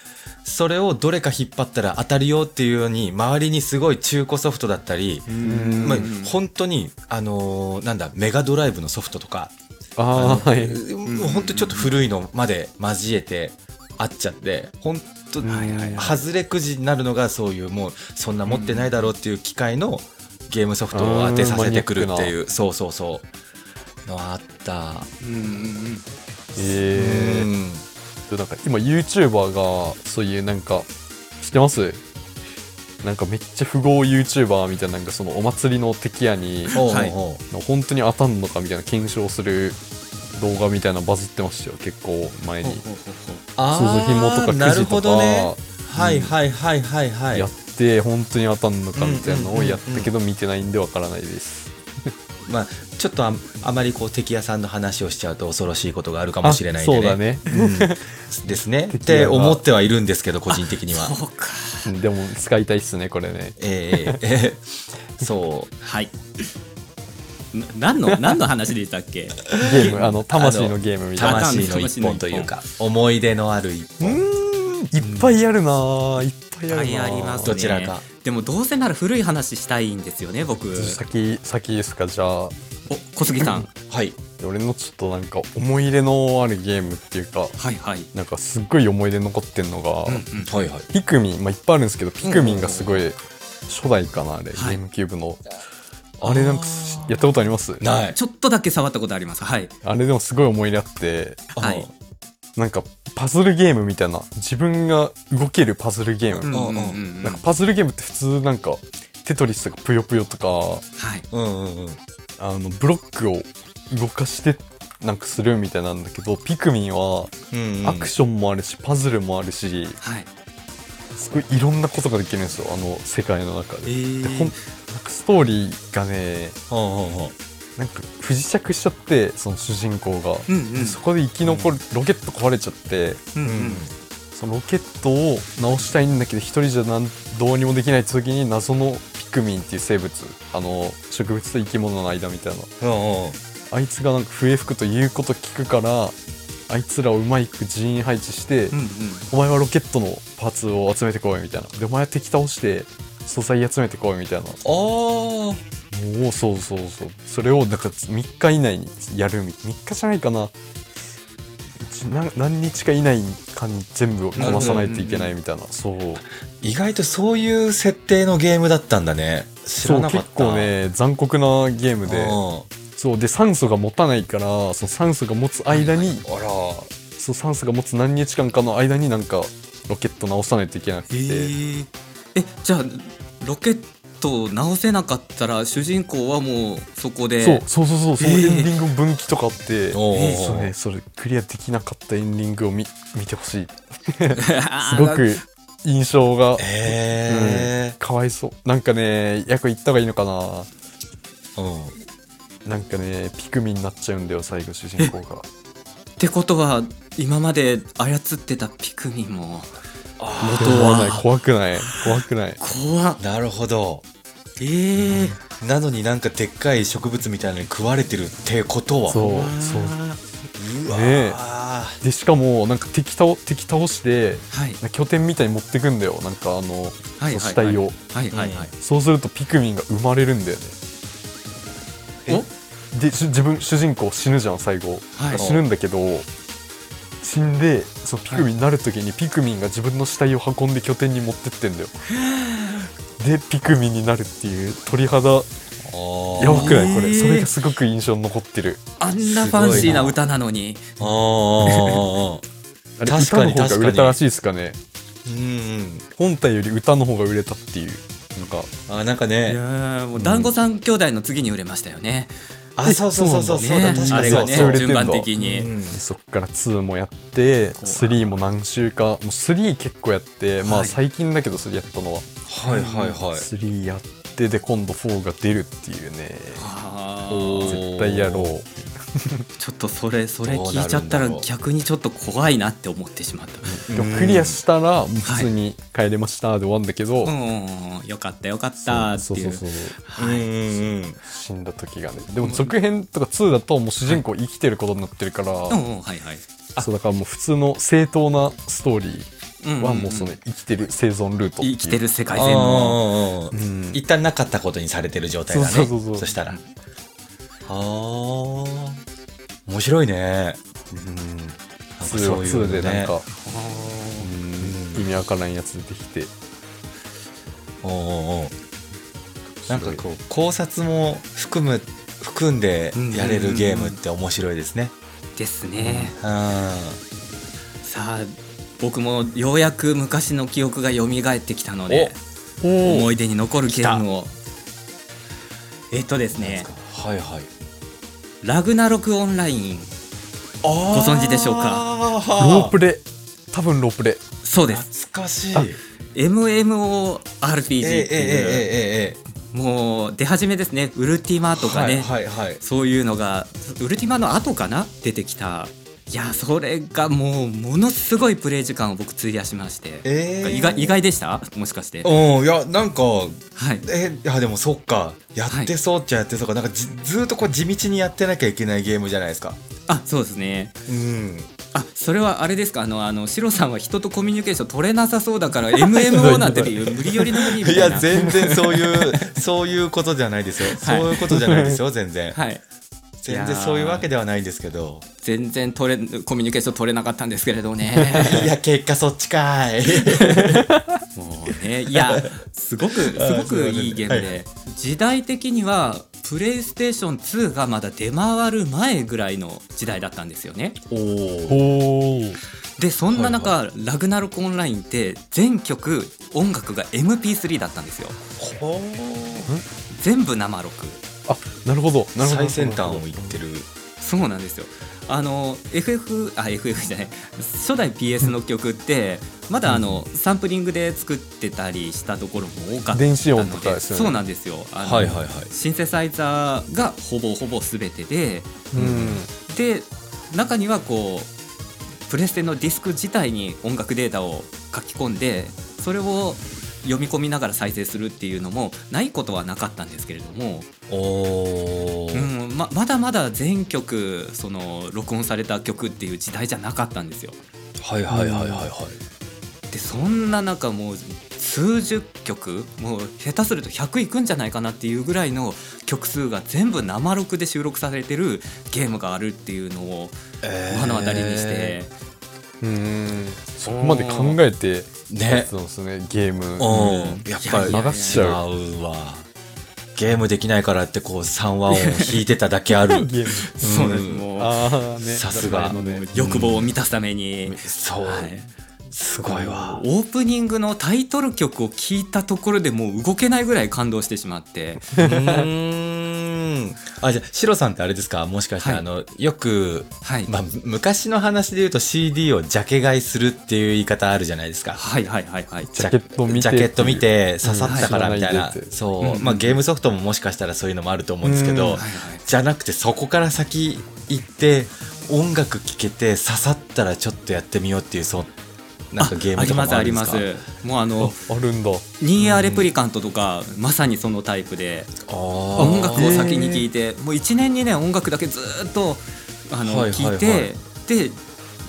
[SPEAKER 2] それをどれか引っ張ったら当たるよっていうように周りにすごい中古ソフトだったり、
[SPEAKER 4] うん
[SPEAKER 2] まあ、本当にあのーなんだメガドライブのソフトとか
[SPEAKER 4] あーはい
[SPEAKER 2] もう本当ちょっと古いのまで交えてあっちゃって本当
[SPEAKER 1] はいはいは
[SPEAKER 2] 外れくじになるのがそういうもうそんな持ってないだろうっていう機械のゲームソフトを当てさせてくるっていうそうそうそうのあった、
[SPEAKER 1] うんうんうん
[SPEAKER 4] えー
[SPEAKER 2] うん
[SPEAKER 4] でなんか今 YouTuber がそういうなんか知ってますなんかめっちゃ富豪 YouTuber みたいななんかそのお祭りの敵屋に
[SPEAKER 2] おう
[SPEAKER 1] はい
[SPEAKER 2] おう
[SPEAKER 4] 本当に当たんのかみたいな検証する動画みたいなのバズってましたよ結構前に
[SPEAKER 1] ほうほうほうほう
[SPEAKER 2] あ
[SPEAKER 4] 鈴紐とか
[SPEAKER 2] ーなる
[SPEAKER 4] くじ
[SPEAKER 2] ほ
[SPEAKER 4] と
[SPEAKER 2] どね
[SPEAKER 4] か
[SPEAKER 2] はいはいはいはいはい、
[SPEAKER 4] やって本当に当たんのかみたいなのをやったけど見てないんでわからないです
[SPEAKER 2] まあちょっとああまりこう敵屋さんの話をしちゃうと恐ろしいことがあるかもしれないんで
[SPEAKER 4] あ
[SPEAKER 2] ね
[SPEAKER 4] そうだね
[SPEAKER 2] うんですねっ
[SPEAKER 4] 敵屋
[SPEAKER 2] て
[SPEAKER 4] が
[SPEAKER 2] 思ってはいるんですけど個人的には
[SPEAKER 1] そうか
[SPEAKER 4] でも使いたいっすねこれね
[SPEAKER 2] えーえ
[SPEAKER 4] [laughs]
[SPEAKER 2] ーそう
[SPEAKER 1] はいな何の何の話でしたっけ
[SPEAKER 4] ゲームあの魂のゲームみたいな
[SPEAKER 2] 魂の一本というか思い出のある一
[SPEAKER 4] う
[SPEAKER 2] 本
[SPEAKER 4] ーんいっぱいあるなぁいっぱい
[SPEAKER 1] いっ
[SPEAKER 4] あ
[SPEAKER 1] ぱ
[SPEAKER 4] る
[SPEAKER 1] い
[SPEAKER 4] なぁ
[SPEAKER 1] ありますね
[SPEAKER 2] どちらか
[SPEAKER 1] でもどうせなら古い話したいんですよね僕
[SPEAKER 4] 先先ですかじゃあ
[SPEAKER 1] お小杉さん [coughs]
[SPEAKER 2] はい
[SPEAKER 4] 俺のちょっとなんか思い入れのあるゲームっていうか
[SPEAKER 1] はいはい
[SPEAKER 4] なんかすっごい思い出残ってんのが、
[SPEAKER 2] はいはい
[SPEAKER 4] ピクミン、まあ、いっぱいあるんですけどピクミンがすごい初代かなあれ、
[SPEAKER 1] はい
[SPEAKER 4] ゲームキューブのあれなんかすやったことあります
[SPEAKER 2] ない
[SPEAKER 1] ちょっとだけ触ったことありますはい
[SPEAKER 4] あれでもすごい思い入れあって
[SPEAKER 1] はい
[SPEAKER 2] あ
[SPEAKER 4] なんかパズルゲームみたいな自分が動けるパズルゲーム、
[SPEAKER 1] うんうんうんうん
[SPEAKER 4] なんかパズルゲームって普通なんかテトリスとかぷよぷよとか
[SPEAKER 1] はい
[SPEAKER 2] うんうんうん。
[SPEAKER 4] あのブロックを動かしてなんかするみたいなんだけどピクミンは
[SPEAKER 2] うんうん
[SPEAKER 4] アクションもあるし、パズルもあるし
[SPEAKER 1] はい
[SPEAKER 4] すごいいろんなことができるんですよあの世界の中で。
[SPEAKER 2] え
[SPEAKER 4] でほんなんかストーリーがね
[SPEAKER 2] うんうんうん
[SPEAKER 4] なんか不時着しちゃってその主人公が、
[SPEAKER 1] うん
[SPEAKER 4] でそこで生き残る、ロケット壊れちゃって
[SPEAKER 1] うんうん
[SPEAKER 2] うん
[SPEAKER 4] そのロケットを直したいんだけど一人じゃなんどうにもできない時に謎のピクミンっていう生物あの植物と生き物の間みたいな
[SPEAKER 2] うんうん
[SPEAKER 4] あいつがなんか笛吹くと言うこと聞くからあいつらをうまいく人員配置して、
[SPEAKER 1] うんうん
[SPEAKER 4] お前はロケットのパーツを集めてこいみたいなでお前は敵倒して素材集めてこいみたいな
[SPEAKER 2] あー
[SPEAKER 4] もうそうそうそうそれをなんか3日以内にやるみ3日じゃないかな一な何日か以内かに全部をこなさないといけないみたいなそう
[SPEAKER 2] 意外とそういう設定のゲームだったんだね知
[SPEAKER 4] そ
[SPEAKER 2] ら
[SPEAKER 4] う
[SPEAKER 2] なかった
[SPEAKER 4] 結構ね残酷なゲームで
[SPEAKER 2] う
[SPEAKER 4] そうで酸素が持たないからその酸素が持つ間に
[SPEAKER 2] んあら
[SPEAKER 4] そう酸素が持つ何日間かの間になんかロケット直さないといけなくて、
[SPEAKER 1] ええじゃあロケットを直せなかったら主人公はもうそこで [laughs]
[SPEAKER 4] そうそうそうそうその
[SPEAKER 1] えー
[SPEAKER 4] エンディング分岐とかあって、
[SPEAKER 2] おー
[SPEAKER 4] そうねそれクリアできなかったエンディングを見見てほしい
[SPEAKER 1] す
[SPEAKER 4] すごく印象が
[SPEAKER 2] え
[SPEAKER 4] かわいそうなんかね役行った方がいいのかな
[SPEAKER 2] ーうん
[SPEAKER 4] なんかねピクミンになっちゃうんだよ最後主人
[SPEAKER 1] [laughs]
[SPEAKER 4] 公が
[SPEAKER 1] ってことは今まで操ってたピクミンも元
[SPEAKER 4] 怖ない
[SPEAKER 1] は
[SPEAKER 4] 怖くない怖くない
[SPEAKER 1] 怖っ
[SPEAKER 2] なるほど
[SPEAKER 1] ええ
[SPEAKER 2] なのになんかでっかい植物みたいなのに食われてるってことは
[SPEAKER 4] そう
[SPEAKER 1] わー
[SPEAKER 4] そう
[SPEAKER 2] うわー
[SPEAKER 4] ねえでしかもなんか敵倒敵倒して
[SPEAKER 1] はい
[SPEAKER 4] なんか拠点みたいに持ってくんだよなんかあの、
[SPEAKER 1] はい
[SPEAKER 4] その死体を、
[SPEAKER 1] はいはいはい
[SPEAKER 4] そうするとピクミンが生まれるんだよね
[SPEAKER 1] お
[SPEAKER 4] でし自分主人公死ぬじゃん最後、
[SPEAKER 1] はい
[SPEAKER 4] 死ぬんだけど死んでそのピクミンになる時にピクミンが自分の死体を運んで拠点に持ってってん
[SPEAKER 2] [laughs]
[SPEAKER 4] だよでピクミンになるっていう鳥肌
[SPEAKER 2] あ
[SPEAKER 4] やばくないこ
[SPEAKER 1] え
[SPEAKER 4] れ
[SPEAKER 1] ー
[SPEAKER 4] それがすごく印象に残ってる
[SPEAKER 1] あんなファンシーな歌なのに
[SPEAKER 2] ああ
[SPEAKER 4] あれ
[SPEAKER 2] 確かに
[SPEAKER 4] 歌の方が売れたらしいですかね
[SPEAKER 2] うん
[SPEAKER 4] 本体より歌の方が売れたっていうなんか
[SPEAKER 2] あなんか
[SPEAKER 1] い
[SPEAKER 2] ね
[SPEAKER 1] やーもう団子三兄弟の次に売れましたよね。
[SPEAKER 2] あそうそうそうそうそうだ
[SPEAKER 1] ね
[SPEAKER 2] 確
[SPEAKER 1] あ
[SPEAKER 2] かに
[SPEAKER 1] れ
[SPEAKER 2] そ
[SPEAKER 1] が
[SPEAKER 2] う
[SPEAKER 1] ね
[SPEAKER 2] そう
[SPEAKER 4] 売れてん
[SPEAKER 1] 順
[SPEAKER 4] だ
[SPEAKER 1] 番的に、
[SPEAKER 2] うん
[SPEAKER 4] でそっから2もやって3も何週かもう3結構やって、ま
[SPEAKER 1] は
[SPEAKER 4] あ
[SPEAKER 1] い
[SPEAKER 4] 最近だけど3やったのは、
[SPEAKER 2] はいはいはい
[SPEAKER 4] 3やってで今度4が出るっていうね
[SPEAKER 1] あ
[SPEAKER 2] お
[SPEAKER 1] ー
[SPEAKER 2] ー
[SPEAKER 4] 絶対やろう
[SPEAKER 1] ちょっとそれそれ聞いちゃったら逆にちょっと怖いなって思ってしまった。
[SPEAKER 4] でもクリアしたらもう普通に帰れましたで終わるんだけど、
[SPEAKER 1] うん、よかったよかったって
[SPEAKER 4] そう
[SPEAKER 1] い。
[SPEAKER 4] そううそうそう
[SPEAKER 2] うんうんうん
[SPEAKER 4] 死んだ時がねでも続編とか2だともう主人公生きてることになってるから、
[SPEAKER 1] うんうんはいはい。
[SPEAKER 4] そうだからもう普通の正当なストーリ
[SPEAKER 1] うんうん
[SPEAKER 4] ーはもうその生きてる生存ルートっていう
[SPEAKER 1] 生きてる世界
[SPEAKER 2] あ
[SPEAKER 1] 線の。
[SPEAKER 2] あ一旦なかったことにされてる状態だね
[SPEAKER 4] そうそうそうそう
[SPEAKER 2] したらああ面白いねなんか
[SPEAKER 4] 2
[SPEAKER 2] そ
[SPEAKER 4] は
[SPEAKER 2] ういうの
[SPEAKER 4] 2でなんか
[SPEAKER 2] ね
[SPEAKER 4] うん意味わからんやつ出てきて
[SPEAKER 2] おうおうおうなんかこう考察も含む含んでやれるゲームって面白いですね
[SPEAKER 1] ですね。
[SPEAKER 2] うん
[SPEAKER 1] さあ僕もようやく昔の記憶が蘇ってきたので思い出に残るゲームを。えっとですね、
[SPEAKER 2] はいはい
[SPEAKER 1] ラグナロクオンライン
[SPEAKER 2] ご
[SPEAKER 1] 存知でしょうか
[SPEAKER 4] ロー
[SPEAKER 2] か
[SPEAKER 4] プレ多分ロープレ
[SPEAKER 1] そうです。
[SPEAKER 2] 懐かしい
[SPEAKER 1] MMORPG って
[SPEAKER 2] え
[SPEAKER 1] いう。
[SPEAKER 2] ええええええ
[SPEAKER 1] もう出始めですねウルティマとかね、
[SPEAKER 2] はいはいはい
[SPEAKER 1] そういうのがウルティマの後かな出てきたいやそれがもうものすごいプレイ時間を僕費やしまして、
[SPEAKER 2] えー
[SPEAKER 1] 意外意外でしたもしかして
[SPEAKER 2] うんいやなんか
[SPEAKER 1] はい
[SPEAKER 2] えいやでもそっかやってそうっちゃやってそうか、なんかじずーっとこう地道にやってなきゃいけないゲームじゃないですか
[SPEAKER 1] あそうですね
[SPEAKER 2] うん
[SPEAKER 1] あそれはあれですかあのあのシロさんは人とコミュニケーション取れなさそうだから MMO なんていう無理よりの無理みたい
[SPEAKER 2] い
[SPEAKER 1] な
[SPEAKER 2] や全然そういう [laughs] そういうことじゃないですよ、
[SPEAKER 1] はい
[SPEAKER 2] そういうことじゃないですよ全然、
[SPEAKER 1] はい
[SPEAKER 2] 全然そういうわけではないんですけど
[SPEAKER 1] 全然取れコミュニケーション取れなかったんですけれどね
[SPEAKER 2] いや結果そっちか
[SPEAKER 1] [laughs]
[SPEAKER 2] ーい
[SPEAKER 4] [laughs]
[SPEAKER 1] もうね、いや、すごく、すごくいいゲームで、時代的には、プレイステーション2がまだ出回る前ぐらいの時代だったんですよね
[SPEAKER 2] おー
[SPEAKER 4] おー
[SPEAKER 1] でそんな中、ラグナロクオンラインって全曲音楽が MP3 だったんですよ
[SPEAKER 2] お
[SPEAKER 1] 全部生録
[SPEAKER 4] あなるほどなるほ
[SPEAKER 2] 最
[SPEAKER 4] ど
[SPEAKER 2] 先端を行ってる
[SPEAKER 1] そうなんですよあの FF あ FF じゃない初代 PS の曲ってまだあのサンプリングで作ってたりしたところも多かったので
[SPEAKER 4] 電子音とかですよね
[SPEAKER 1] そうなんですよあの
[SPEAKER 2] はいはいはい
[SPEAKER 1] シンセサイザーがほぼほぼ全てで
[SPEAKER 4] うん
[SPEAKER 1] で中にはこうプレステのディスク自体に音楽データを書き込んでそれを読み込みながら再生するっていうのもないことはなかったんですけれども、
[SPEAKER 2] おお、
[SPEAKER 1] うん、ままだまだ全曲その録音された曲っていう時代じゃなかったんですよ。
[SPEAKER 2] はいはいはいはいはい
[SPEAKER 1] でそんな中もう数十曲もう下手すると100いくんじゃないかなっていうぐらいの曲数が全部生録で収録されてるゲームがあるっていうのを目の当たりにして。
[SPEAKER 4] うんそこまで考えて
[SPEAKER 2] ね
[SPEAKER 4] やってたんですねゲーム
[SPEAKER 2] うんやっぱ
[SPEAKER 1] いやいや
[SPEAKER 2] り
[SPEAKER 1] いや
[SPEAKER 4] 流しちゃう
[SPEAKER 2] 違うわゲームできないからってこう三和音を弾いてただけある
[SPEAKER 4] ゲーム
[SPEAKER 1] そうです、
[SPEAKER 2] うん
[SPEAKER 1] [laughs] もう
[SPEAKER 4] ああね
[SPEAKER 2] さすが
[SPEAKER 4] ドラえもんね
[SPEAKER 1] 欲望を満たすために、
[SPEAKER 2] そう、
[SPEAKER 1] はい
[SPEAKER 2] すごいわ
[SPEAKER 1] オープニングのタイトル曲を聞いたところでもう動けないぐらい感動してしまって
[SPEAKER 2] うーんあじゃあシロさんってあれですかもしかして、
[SPEAKER 1] はい
[SPEAKER 2] あのよく、
[SPEAKER 1] はい、
[SPEAKER 2] まあ、昔の話で言うと CD をジャケ買いするっていう言い方あるじゃないですか
[SPEAKER 1] はいはいはいはい
[SPEAKER 4] ジャケットを見て
[SPEAKER 2] ジャケット見て刺さったから
[SPEAKER 4] うん
[SPEAKER 2] みたいな、
[SPEAKER 4] 知らないでって
[SPEAKER 2] そう、
[SPEAKER 1] うんうん
[SPEAKER 2] まあ、ゲームソフトももしかしたらそういうのもあると思うんですけど、
[SPEAKER 4] うん
[SPEAKER 1] はいはい
[SPEAKER 2] じゃなくてそこから先行って音楽聴けて刺さったらちょっとやってみようっていうそうなんかゲームとかもあ
[SPEAKER 1] あ
[SPEAKER 2] る
[SPEAKER 1] り
[SPEAKER 2] んで
[SPEAKER 1] ますす
[SPEAKER 2] か
[SPEAKER 1] ありますもうあの
[SPEAKER 4] ああるんだ
[SPEAKER 1] 「ニーアレプリカント」とかまさにそのタイプで
[SPEAKER 2] あー
[SPEAKER 1] 音楽を先に聴いてもう1年にね音楽だけずーっとあの
[SPEAKER 2] はいはいは
[SPEAKER 1] 聴
[SPEAKER 2] い
[SPEAKER 1] いてで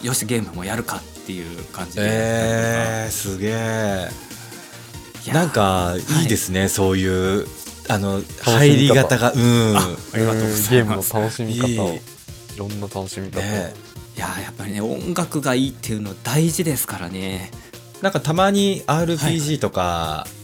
[SPEAKER 1] よしゲームもやるかっていう感じで
[SPEAKER 2] えー、すげえ
[SPEAKER 1] いやー
[SPEAKER 2] なんかいいですね、そういうあの入り方がうん
[SPEAKER 1] ありがとうご
[SPEAKER 4] うんゲ
[SPEAKER 1] ざ
[SPEAKER 4] ー
[SPEAKER 1] い
[SPEAKER 4] ムの
[SPEAKER 1] ます
[SPEAKER 4] 楽しみ方を
[SPEAKER 2] いい
[SPEAKER 4] いろんな楽しみ方を、
[SPEAKER 2] ね
[SPEAKER 1] いやーやっぱりね音楽がいいっていうの大事ですからね
[SPEAKER 2] なんかたまに RPG とか、
[SPEAKER 1] うんうん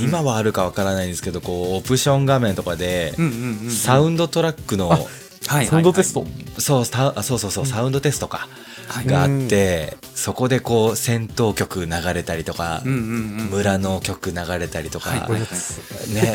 [SPEAKER 2] 今はあるかわからないんですけどこうオプション画面とかで、
[SPEAKER 1] うんうんうん
[SPEAKER 2] サウンドトラックの
[SPEAKER 1] はいはいはい
[SPEAKER 4] サウンドテスト、
[SPEAKER 2] そうサあそうそうそう、サウンドテストか
[SPEAKER 1] はい
[SPEAKER 2] があって、そこでこう戦闘曲流れたりとか、
[SPEAKER 1] うんうんうん
[SPEAKER 2] 村の曲流れたりとか、
[SPEAKER 1] はいはいはい
[SPEAKER 2] ね、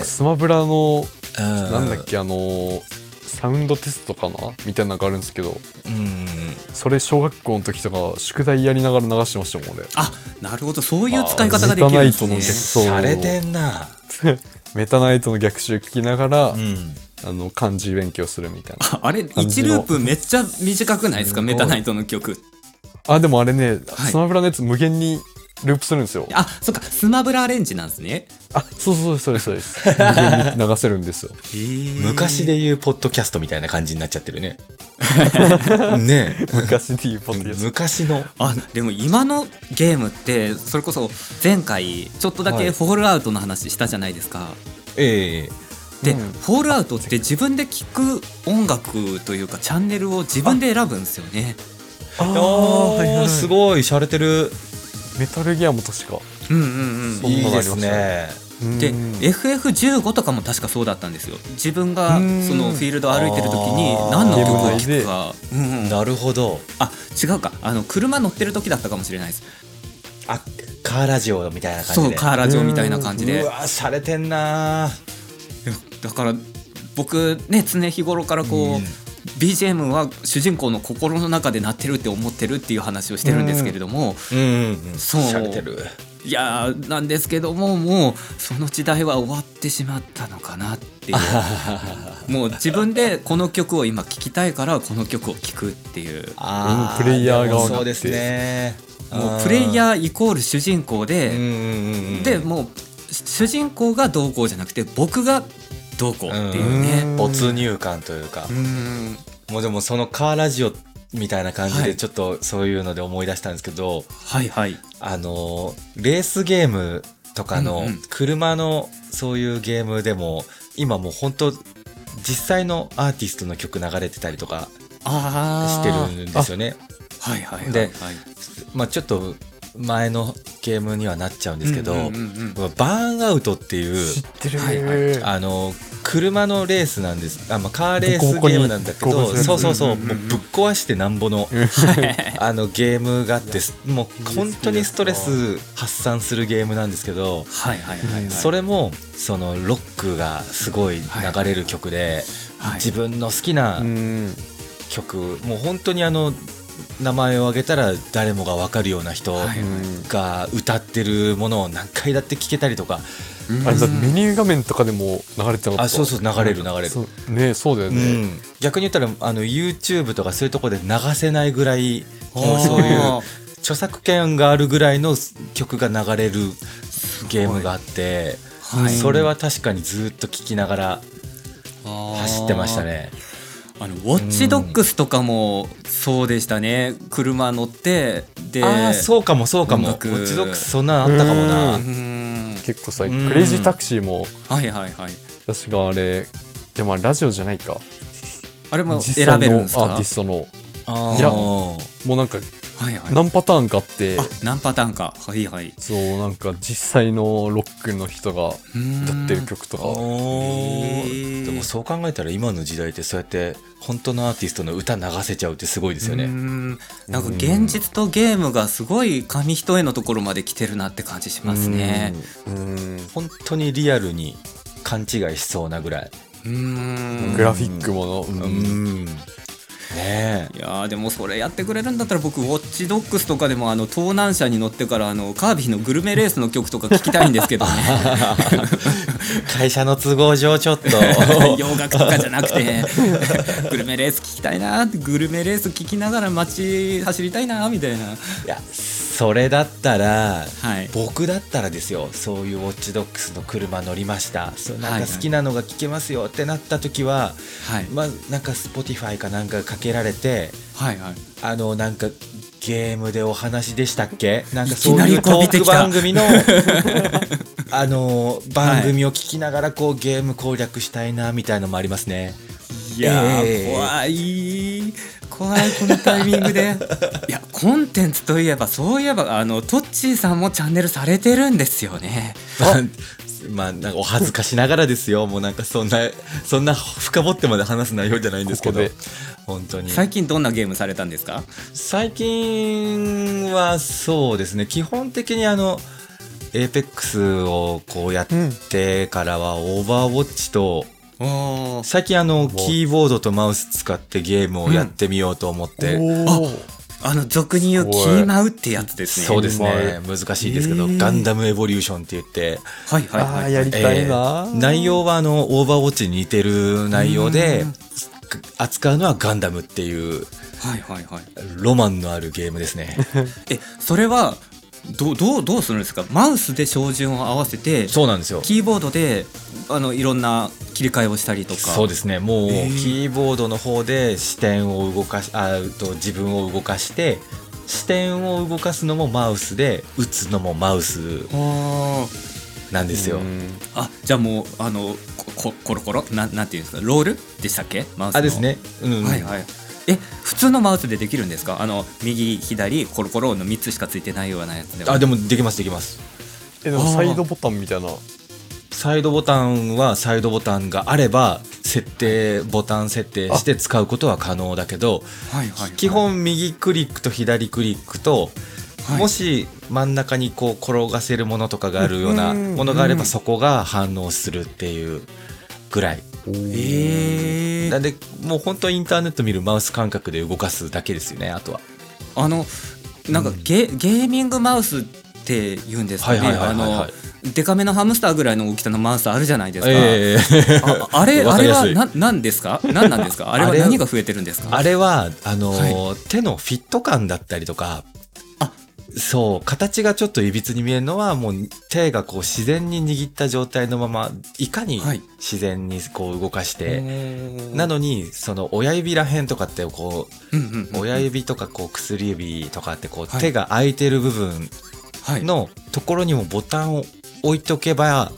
[SPEAKER 4] スマブラの
[SPEAKER 2] うん、
[SPEAKER 4] なんだっけあのーサウンドテストかなみたいなのがあるんですけど
[SPEAKER 2] うん
[SPEAKER 4] それ小学校の時とか宿題やりながら流してましたもん俺
[SPEAKER 1] あなるほどそういう使い方ができ
[SPEAKER 4] ま
[SPEAKER 1] る
[SPEAKER 4] あ
[SPEAKER 1] んで
[SPEAKER 4] ジタナイトのゲ
[SPEAKER 1] すね
[SPEAKER 4] ス
[SPEAKER 2] 洒落てんな、
[SPEAKER 4] [laughs] メタナイトの逆襲聞きながら、
[SPEAKER 2] うん、
[SPEAKER 4] あの漢字勉強するみたいな
[SPEAKER 1] ああれ
[SPEAKER 4] 感じ
[SPEAKER 1] 1
[SPEAKER 4] の
[SPEAKER 1] ループめっちゃ短くないですか
[SPEAKER 2] すごい
[SPEAKER 1] メタナイトの曲
[SPEAKER 4] あでもあれね、
[SPEAKER 1] はい
[SPEAKER 4] スマブラのやつ無限にループするんですよ
[SPEAKER 1] あそっかスマブラアレンジなんですね
[SPEAKER 4] あそうそうそうですそうです無限に流せるんですよ
[SPEAKER 2] 昔で言うポッドキャストみたいな感じになっちゃってるねね
[SPEAKER 4] 昔で言うポッドキャスト
[SPEAKER 2] 昔の
[SPEAKER 1] あでも今のゲームってそれこそ前回ちょっとだ
[SPEAKER 4] は
[SPEAKER 1] け
[SPEAKER 4] い
[SPEAKER 1] フォールアウトの話したじゃないですか、
[SPEAKER 2] ええ
[SPEAKER 1] で、
[SPEAKER 4] うん
[SPEAKER 1] フォールアウトって自分で聴く音楽というかチャンネルを自分で選ぶんですよね
[SPEAKER 4] あ
[SPEAKER 2] あ
[SPEAKER 4] ーはいはい
[SPEAKER 2] すごい洒落てる
[SPEAKER 4] メタルギアも確か
[SPEAKER 1] うんうん
[SPEAKER 4] そ
[SPEAKER 1] うん
[SPEAKER 4] なのありました
[SPEAKER 2] ね
[SPEAKER 4] うん
[SPEAKER 1] で FF15 とかも確かそうだったんですよ自分が
[SPEAKER 4] うん
[SPEAKER 1] そのフィールド歩いてる時に
[SPEAKER 2] あー
[SPEAKER 1] 何の曲を聴くか、うんうん、
[SPEAKER 2] なるほど
[SPEAKER 1] あ違うかあの車乗ってる時だったかもしれないです
[SPEAKER 2] あカーラジオみたいな感
[SPEAKER 1] そ
[SPEAKER 2] じ
[SPEAKER 1] う
[SPEAKER 2] で
[SPEAKER 1] カーラジオみたいな感じで
[SPEAKER 2] うわ洒落てんな
[SPEAKER 1] だから僕ね常日頃からこう、
[SPEAKER 2] うん
[SPEAKER 1] BGM は主人公の心の中で鳴ってるって思ってるっていう話をしてるんですけれども、
[SPEAKER 2] うんうんうん
[SPEAKER 1] そう
[SPEAKER 2] 洒落てる
[SPEAKER 1] いやーなんですけどももうその時代は終わってしまったのかなっていう
[SPEAKER 2] [laughs]
[SPEAKER 1] もう自分でこの曲を今聴きたいからこの曲を聴くっていう
[SPEAKER 2] あー
[SPEAKER 4] うんプレイヤー側になって
[SPEAKER 2] そうですね
[SPEAKER 1] もうプレイ
[SPEAKER 2] ー
[SPEAKER 1] ヤーイコール主人公
[SPEAKER 2] うん
[SPEAKER 1] で、
[SPEAKER 2] うんうんうん
[SPEAKER 1] でもう主人公がどうこうじゃなくて僕がどうこうっていうね。
[SPEAKER 2] 没入感というか
[SPEAKER 1] うん
[SPEAKER 2] もうでもそのカーラジオみたいな感じ
[SPEAKER 1] は
[SPEAKER 2] で
[SPEAKER 1] い
[SPEAKER 2] ちょっとそういうので思い出したんですけど、
[SPEAKER 1] はいはい。
[SPEAKER 2] あのレースゲームとか
[SPEAKER 1] う
[SPEAKER 2] の
[SPEAKER 1] んうん
[SPEAKER 2] 車のそういうゲームでも今もう本当実際のアーティストの曲流れてたりとか
[SPEAKER 1] あ
[SPEAKER 2] してるんですよね。
[SPEAKER 1] はいはいはい、
[SPEAKER 2] で
[SPEAKER 1] はい、
[SPEAKER 2] まあ、ちょっと前のゲームにはなっちゃうんですけど、
[SPEAKER 1] うんうんうんうん
[SPEAKER 2] バーンアウトっていう
[SPEAKER 4] 知ってる、
[SPEAKER 1] はいは
[SPEAKER 2] あの車のレースなんですあ、まあ、カーレー
[SPEAKER 4] ボコ
[SPEAKER 2] ス
[SPEAKER 4] ボコに
[SPEAKER 2] ゲームなんだけ
[SPEAKER 4] ボコボコ
[SPEAKER 2] ど
[SPEAKER 4] にする
[SPEAKER 2] そうそうそう,、
[SPEAKER 1] うんうんうん
[SPEAKER 2] もうぶっ壊してなんぼの [laughs] あのゲームがあってもう本当にストレス発散するゲームなんですけど
[SPEAKER 1] はいはいはい、はい、
[SPEAKER 2] それもそのロックがすごい流れる曲で、
[SPEAKER 1] はい
[SPEAKER 2] 自分の好きな
[SPEAKER 4] うん
[SPEAKER 2] 曲、もう本当にあの名前を挙げたら誰もが分かるような人
[SPEAKER 1] はい
[SPEAKER 4] うん
[SPEAKER 2] が歌ってるものを何回だって聴けたりとか
[SPEAKER 1] うん
[SPEAKER 4] あれだってメニュー画面とかでも流れてなかった
[SPEAKER 2] あそうそう流れる流れる
[SPEAKER 4] そうねそうだよ
[SPEAKER 2] う
[SPEAKER 4] ね
[SPEAKER 2] ん、逆に言ったらあの YouTube とかそういうとこで流せないぐらいもう
[SPEAKER 1] あー
[SPEAKER 2] そういう著作権があるぐらいの曲が流れるゲームがあって、
[SPEAKER 1] はい
[SPEAKER 2] それは確かにずっと聴きながら走ってましたね。
[SPEAKER 1] あのウォッチドックスとかもそうでしたね、車乗ってで
[SPEAKER 2] ああそうかもそうかもウ
[SPEAKER 1] 音
[SPEAKER 2] ォ
[SPEAKER 1] 楽
[SPEAKER 2] ッチドックスそんなのあったかもな
[SPEAKER 4] う
[SPEAKER 1] うーん
[SPEAKER 4] 結構さ
[SPEAKER 2] うん
[SPEAKER 4] クレイジータクシーも
[SPEAKER 1] はいはいはい
[SPEAKER 4] 確かあれでもあれラジオじゃないか
[SPEAKER 1] あれも
[SPEAKER 4] 実
[SPEAKER 1] 選
[SPEAKER 4] 際
[SPEAKER 1] べる
[SPEAKER 4] の
[SPEAKER 1] ん
[SPEAKER 4] ア
[SPEAKER 1] ですか
[SPEAKER 4] ーティストの
[SPEAKER 2] あー
[SPEAKER 4] いやもうなんか
[SPEAKER 1] はいはい
[SPEAKER 4] 何パターンかあって
[SPEAKER 1] あ何パターンかはいはいだ
[SPEAKER 4] そうなんか実際のロックの人が歌ってる曲とか
[SPEAKER 2] お
[SPEAKER 1] へ
[SPEAKER 2] ー
[SPEAKER 1] ー
[SPEAKER 2] でもそう考えたら今の時代ってそうやって本当のアーティストの歌流せちゃうってすごいですよ
[SPEAKER 1] うー
[SPEAKER 2] ね。
[SPEAKER 1] んなんか現実とゲームがすごい紙一重のところまで来てるなって感じしますね
[SPEAKER 4] うん
[SPEAKER 2] 本当にリアルに勘違いしそうなぐらい。
[SPEAKER 1] うーん
[SPEAKER 4] グラフィックものうん
[SPEAKER 2] うん。ねえ。
[SPEAKER 1] いやーでもそれやってくれるんだったら僕ウォッチドックスとかでもあの盗難車に乗ってからあのカービィのグルメレースの曲とか聞きたいんですけ
[SPEAKER 4] [laughs]
[SPEAKER 1] どね
[SPEAKER 2] 会社の都合上
[SPEAKER 1] [laughs]
[SPEAKER 2] ちょっと
[SPEAKER 1] 洋楽とかじゃなくてグルメレース聞きたいなーグルメレース聞きながら街走りたいなーみたいない
[SPEAKER 2] やそれだったら
[SPEAKER 1] はい
[SPEAKER 2] 僕だったらですよそういうウォッチドックスの車乗りましたそうなん
[SPEAKER 1] はい
[SPEAKER 2] か
[SPEAKER 1] はい
[SPEAKER 2] 好きなのが聞けますよってなった時は、
[SPEAKER 1] はい
[SPEAKER 2] まあなんか Spotify かなんかかけられて
[SPEAKER 1] はいはい
[SPEAKER 2] あのなんかゲームでお話でしたっけなんか
[SPEAKER 1] いき
[SPEAKER 2] そう
[SPEAKER 1] なり
[SPEAKER 2] いうト
[SPEAKER 1] こび
[SPEAKER 2] ー
[SPEAKER 1] て
[SPEAKER 2] ク
[SPEAKER 1] きた [laughs]
[SPEAKER 2] 番組のあの番組を聞きながらこうゲーム攻略したいなみたいのもありますね。
[SPEAKER 1] いやー、
[SPEAKER 2] ええ
[SPEAKER 1] 怖い怖いこのタイミング
[SPEAKER 4] [laughs]
[SPEAKER 1] でいやコンテンツといえばそういえばあのトッチーさんもチャンネルされてるんですよね
[SPEAKER 2] [laughs] まあなんかお恥ずかしながらですよもうなんかそんなそんな深掘ってまで話す内容じゃないんですけど
[SPEAKER 4] ここで
[SPEAKER 2] 本当に
[SPEAKER 1] 最近どんなゲームされたんですか
[SPEAKER 2] 最近はそうですね基本的にあのエーペックスをこうやってからはオーバーウォッチと、
[SPEAKER 1] おー
[SPEAKER 2] 最近あのキーボードとマウス使ってゲームをやってみようと思って、
[SPEAKER 4] おー
[SPEAKER 1] あの俗に言うキーマウってやつですね
[SPEAKER 2] そうですね
[SPEAKER 4] う
[SPEAKER 2] 難しいですけど、ガンダムエボリューションって言って
[SPEAKER 1] はいはい
[SPEAKER 4] あ
[SPEAKER 1] は
[SPEAKER 4] ー
[SPEAKER 1] い
[SPEAKER 4] やりたいな
[SPEAKER 2] えー内容はあのオーバーウォッチに似てる内容で
[SPEAKER 1] うん
[SPEAKER 2] 扱うのはガンダムっていう
[SPEAKER 1] はいはいはい
[SPEAKER 2] ロマンのあるゲームで
[SPEAKER 1] [laughs]
[SPEAKER 2] すね
[SPEAKER 1] えそれはどうどうどうするんですかマウスで照準を合わせて
[SPEAKER 2] そうなんですよ
[SPEAKER 1] キーボードであのいろんな切り替えをしたりとか
[SPEAKER 2] そうですねもうキ
[SPEAKER 1] えー
[SPEAKER 2] ーボードの方で視点を動かしあえっと自分を動かして視点を動かすのもマウスで打つのもマウス
[SPEAKER 1] あー
[SPEAKER 2] なんですよ
[SPEAKER 4] うん
[SPEAKER 1] あじゃあもうあのここコロコロなんなんていうんですかロールでしたっけマウスの
[SPEAKER 2] あですねうん、
[SPEAKER 1] はいはいえ普通のマウスでできるんですかあの右左コロコロの3つしかついてないようなやつでは
[SPEAKER 2] あでもできますできます
[SPEAKER 4] えでもサイドボタンみたいな
[SPEAKER 2] サイドボタンはサイドボタンがあれば設定ボタン設定して使うことは可能だけど
[SPEAKER 1] はいはいはい
[SPEAKER 2] 基本右クリックと左クリックと、
[SPEAKER 1] はい
[SPEAKER 2] もし真ん中にこう転がせるものとかがあるような
[SPEAKER 4] うん
[SPEAKER 2] ものがあれ
[SPEAKER 1] うん
[SPEAKER 2] ばそこが反応するっていうぐらい。
[SPEAKER 1] え
[SPEAKER 2] な
[SPEAKER 1] ー、
[SPEAKER 2] んでもう本当インターネット見るマウス感覚で動かすだけですよねあとは。
[SPEAKER 1] あのなんかゲゲーミングマウスって言うんですかね
[SPEAKER 2] はいはいは
[SPEAKER 1] あ
[SPEAKER 2] いはい
[SPEAKER 1] の
[SPEAKER 2] はい
[SPEAKER 1] デカめのハムスターぐらいの大きさのマウスあるじゃないですか、
[SPEAKER 2] えー
[SPEAKER 1] ああれ
[SPEAKER 2] わ
[SPEAKER 1] あ
[SPEAKER 2] かり
[SPEAKER 1] れ
[SPEAKER 2] や
[SPEAKER 1] は
[SPEAKER 2] すい
[SPEAKER 1] な何ですか何なんですかあれは
[SPEAKER 2] あれは
[SPEAKER 1] 何が増えてるんですか
[SPEAKER 2] あれはあのー
[SPEAKER 1] は
[SPEAKER 2] 手のフィット感だったりとか
[SPEAKER 1] あ
[SPEAKER 2] そう形がちょっといびつに見えるのはもう手がこう自然に握った状態のままいかに
[SPEAKER 1] はい
[SPEAKER 2] 自然にこう動かして。
[SPEAKER 1] な
[SPEAKER 2] なのにその親指らへんとかってこ
[SPEAKER 1] うんうん
[SPEAKER 2] う親指とかこう薬指とかってこ
[SPEAKER 1] は
[SPEAKER 2] う
[SPEAKER 1] い
[SPEAKER 2] 手が空いてる部分
[SPEAKER 1] はい
[SPEAKER 2] のところにもボタンを置いとけば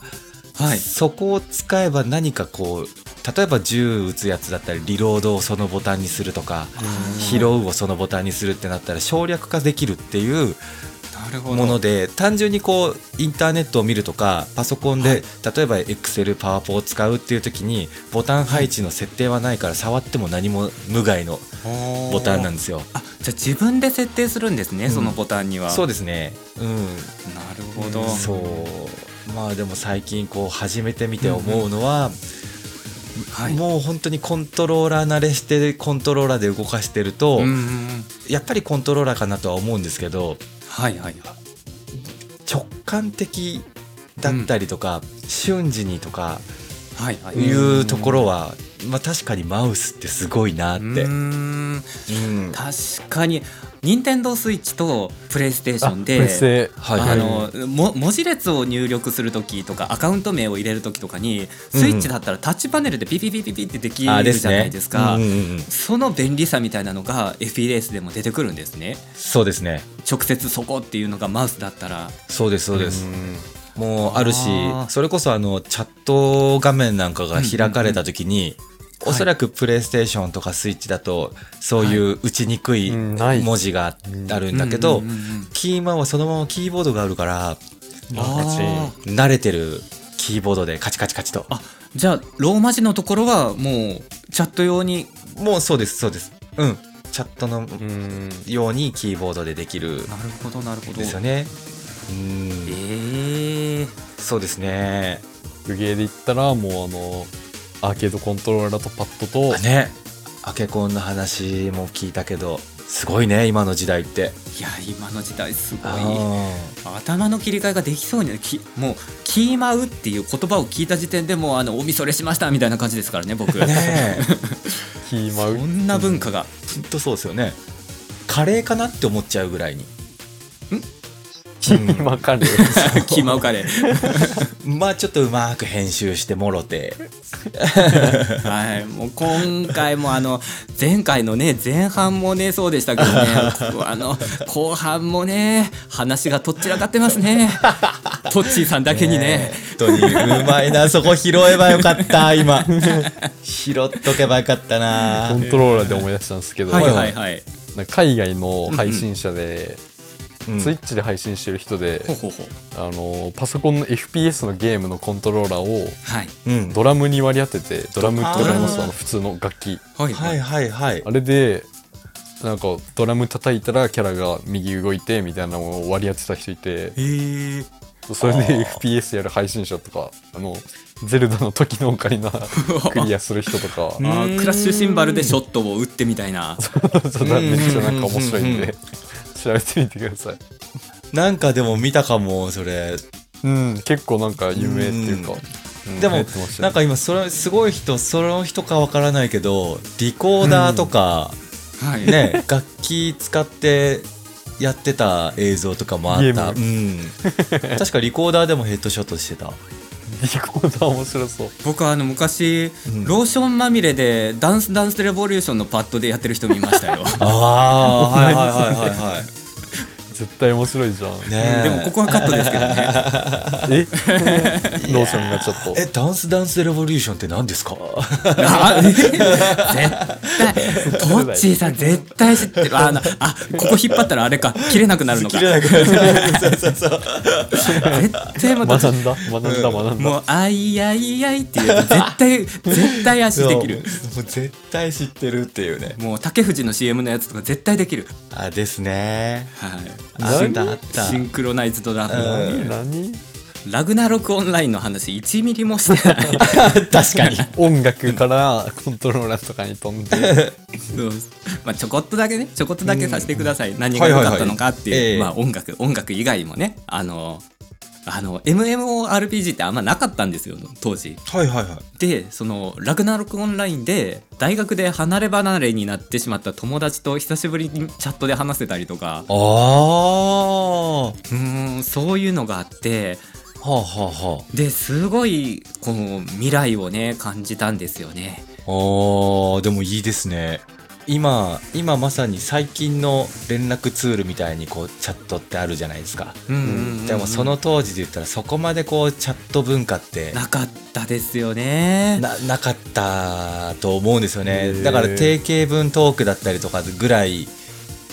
[SPEAKER 1] はい
[SPEAKER 2] そこを使えば何かこう例えば銃撃つやつだったりリロードをそのボタンにするとか
[SPEAKER 1] ー
[SPEAKER 2] 拾うをそのボタンにするってなったら省略化できるっていう
[SPEAKER 1] なるほど
[SPEAKER 2] もので単純にこうインターネットを見るとかパソコンで、例えば Excel パワポを使うっていう時にボタン配置の設定はないから触っても何も無害のボタンなん
[SPEAKER 1] で
[SPEAKER 2] ですよ。
[SPEAKER 1] あじゃあ自分で設定するんですね、そのボタンには
[SPEAKER 2] そうですね、うん、
[SPEAKER 1] なるほど、
[SPEAKER 2] そうまあでも最近こう始めてみて思うのは、
[SPEAKER 1] はい
[SPEAKER 2] もう本当にコントローラー慣れしてコントローラーで動かしてると、
[SPEAKER 1] うんうんうん
[SPEAKER 2] やっぱりコントローラーかなとは思うんですけど
[SPEAKER 1] はいはいはい
[SPEAKER 2] 直感的だったりとか、瞬時にとか
[SPEAKER 1] はいはい
[SPEAKER 2] いうところは、まあ、確かにマウスってすごいなって、
[SPEAKER 1] うーん
[SPEAKER 2] うん
[SPEAKER 1] 確かに任天堂スイッチとプレイステーシ
[SPEAKER 4] あ
[SPEAKER 1] ョン
[SPEAKER 4] プ
[SPEAKER 1] で
[SPEAKER 4] レステ
[SPEAKER 2] はいはい
[SPEAKER 1] あのも文字列を入力するときとかアカウント名を入れるときとかに
[SPEAKER 2] うん
[SPEAKER 1] スイッチだったらタッチパネルでピピピピピってでき
[SPEAKER 2] あ
[SPEAKER 1] るじゃないですか
[SPEAKER 2] うんうんうん
[SPEAKER 1] その便利さみたいなのが FPS でも出てくるんですね
[SPEAKER 2] そうですね
[SPEAKER 1] 直接そこっていうのがマウスだったら
[SPEAKER 2] そうですそうです、
[SPEAKER 4] うん
[SPEAKER 2] もうあるし
[SPEAKER 1] あー
[SPEAKER 2] それこそあのチャット画面なんかが開かれた時に、
[SPEAKER 1] うんうん
[SPEAKER 2] おそらくプレイステーションとかスイッチだとそういう打ちにくい
[SPEAKER 4] うんない
[SPEAKER 2] 文字があるんだけど、
[SPEAKER 1] うんうんうんうん
[SPEAKER 2] キーマンはそのままキーボードがあるから
[SPEAKER 4] なんかチー
[SPEAKER 1] あ
[SPEAKER 4] ム
[SPEAKER 1] ー
[SPEAKER 2] 慣れてるキーボードでカチカチカチと
[SPEAKER 1] あじゃあローマ字のところはもうチャット用に
[SPEAKER 2] もうそうですそうですうんチャットの
[SPEAKER 4] うん
[SPEAKER 2] ようにキーボードででき
[SPEAKER 1] な
[SPEAKER 2] る
[SPEAKER 1] るほどなるほ
[SPEAKER 2] ん
[SPEAKER 1] ど
[SPEAKER 2] ですよねうん
[SPEAKER 1] えー、
[SPEAKER 2] そうですね
[SPEAKER 4] グゲーで言ったらもうあのアーケードコントローラーとパッドと
[SPEAKER 2] あねアケコンの話も聞いたけどすごいね今の時代って
[SPEAKER 1] いや今の時代すごい
[SPEAKER 2] あ
[SPEAKER 1] 頭の切り替えができそうになるきもう「キーマウ」っていう言葉を聞いた時点でもうあのおみそれしましたみたいな感じですからね僕
[SPEAKER 2] ーねえ
[SPEAKER 4] キー
[SPEAKER 1] [laughs]
[SPEAKER 4] マ
[SPEAKER 1] こ
[SPEAKER 4] ウン
[SPEAKER 1] んな文化が、
[SPEAKER 2] ほんとそうですよねカレーかなって思っちゃうぐらいに
[SPEAKER 4] [laughs] キーマカレー
[SPEAKER 1] キーマウカレー
[SPEAKER 2] まあちょっとうまく編集してもろて
[SPEAKER 1] はいもう今回もあの前回のね前半もねそうでしたけどねこあの後半もね話がとっちらかってますねとっちーさんだけにね
[SPEAKER 2] 本当にうまいなそこ拾えばよかった今拾っとけばよかったな
[SPEAKER 4] コントローラーで思い出したんですけど、
[SPEAKER 1] はいはいはい
[SPEAKER 4] なんか海外の配信者で、
[SPEAKER 2] うん
[SPEAKER 4] ツイッチで配信してる人で、
[SPEAKER 1] ほうほうほう
[SPEAKER 4] あのパソコンの FPS のゲームのコントローラーを
[SPEAKER 1] はい
[SPEAKER 2] うん
[SPEAKER 4] ドラムに割り当ててドラムってわかります
[SPEAKER 2] あー
[SPEAKER 4] あの普通の楽器
[SPEAKER 1] はい
[SPEAKER 2] はいはいはい
[SPEAKER 4] あれでなんかドラム叩いたらキャラが右動いてみたいなのを割り当てた人いて
[SPEAKER 1] へえ
[SPEAKER 4] それで FPS やる配信者とかあのゼルダの時のオカリ
[SPEAKER 1] [laughs]
[SPEAKER 4] ナクリアする人とか
[SPEAKER 1] あー
[SPEAKER 2] うん
[SPEAKER 1] クラッシュシンバルでショットを打ってみたいな
[SPEAKER 4] そうだめっちゃなんか面白いん
[SPEAKER 2] うんうんうん
[SPEAKER 4] で調べてみてください
[SPEAKER 2] なんかでも見たかもそれ
[SPEAKER 4] うん結構なんか有名っていうか
[SPEAKER 2] うん
[SPEAKER 4] うん
[SPEAKER 2] でも、
[SPEAKER 4] 流行ってましたね
[SPEAKER 2] なんか今それすごい人その人かわからないけどリコーダーとか、
[SPEAKER 1] はい
[SPEAKER 2] ね [laughs] 楽器使ってやってた映像とかもあった、う
[SPEAKER 4] ゲ
[SPEAKER 2] ん、確かリコーダーでもヘッドショットしてた
[SPEAKER 4] リコーダー面白そう
[SPEAKER 1] 僕はあの昔、
[SPEAKER 2] うん
[SPEAKER 1] ローションまみれでダンスダンスレボリューションのパッドでやってる人見ましたよ、
[SPEAKER 2] ああ [laughs] はいはいはいはいはい
[SPEAKER 4] 絶対面白いじゃん [laughs]
[SPEAKER 2] ねえ
[SPEAKER 1] でもここはカットですけどね
[SPEAKER 4] えローションがちょっと
[SPEAKER 2] えダンスダンスレボリューションって何ですか
[SPEAKER 1] あ絶対トッチーさん絶対知ってるああのあここ引っ張ったらあれか切れなくなるのか
[SPEAKER 2] 切れなくなるそうそうそう
[SPEAKER 1] 絶対また
[SPEAKER 4] 学んだ学んだ学んだ
[SPEAKER 1] もう「あいやいやい」っていう絶対絶対足できる
[SPEAKER 2] そうもう絶対知ってるっていうね
[SPEAKER 1] もう竹藤の CM のやつとか絶対できる、
[SPEAKER 2] あですね
[SPEAKER 1] はい、
[SPEAKER 2] あったあっ
[SPEAKER 1] シンクロナイズドラ
[SPEAKER 2] う
[SPEAKER 1] ム
[SPEAKER 2] ん
[SPEAKER 4] 何
[SPEAKER 1] ラグナロクオンラインの話1ミリもしてない
[SPEAKER 2] た [laughs] 確かに
[SPEAKER 4] 音楽からコントローラーとかに飛んで
[SPEAKER 1] そう [laughs] まあ、ちょこっとだけねちょこっとだけさせてください、何が良かったのかっていう、
[SPEAKER 2] はいはいはいええ
[SPEAKER 1] まあ、音楽音楽以外もねあのあの MMORPG ってあんまなかったんですよ当時
[SPEAKER 2] はいはいはい
[SPEAKER 1] でそのラグナロクオンラインで大学で離れ離れになってしまった友達と久しぶりにチャットで話せたりとか
[SPEAKER 2] ああは
[SPEAKER 1] うーんそういうのがあって
[SPEAKER 2] あはあはあ
[SPEAKER 1] ですごいこの未来をね感じたんですよね
[SPEAKER 2] あーでもいいですね今今まさに最近の連絡ツールみたいにこうチャットってあるじゃないですか、
[SPEAKER 1] うんうんうんうん
[SPEAKER 2] でもその当時で言ったらそこまでこうチャット文化って
[SPEAKER 1] なかったですよね
[SPEAKER 2] ななかったと思うんですよ
[SPEAKER 4] へ
[SPEAKER 2] ね
[SPEAKER 4] ー
[SPEAKER 2] だから定型文トークだったりとかぐらい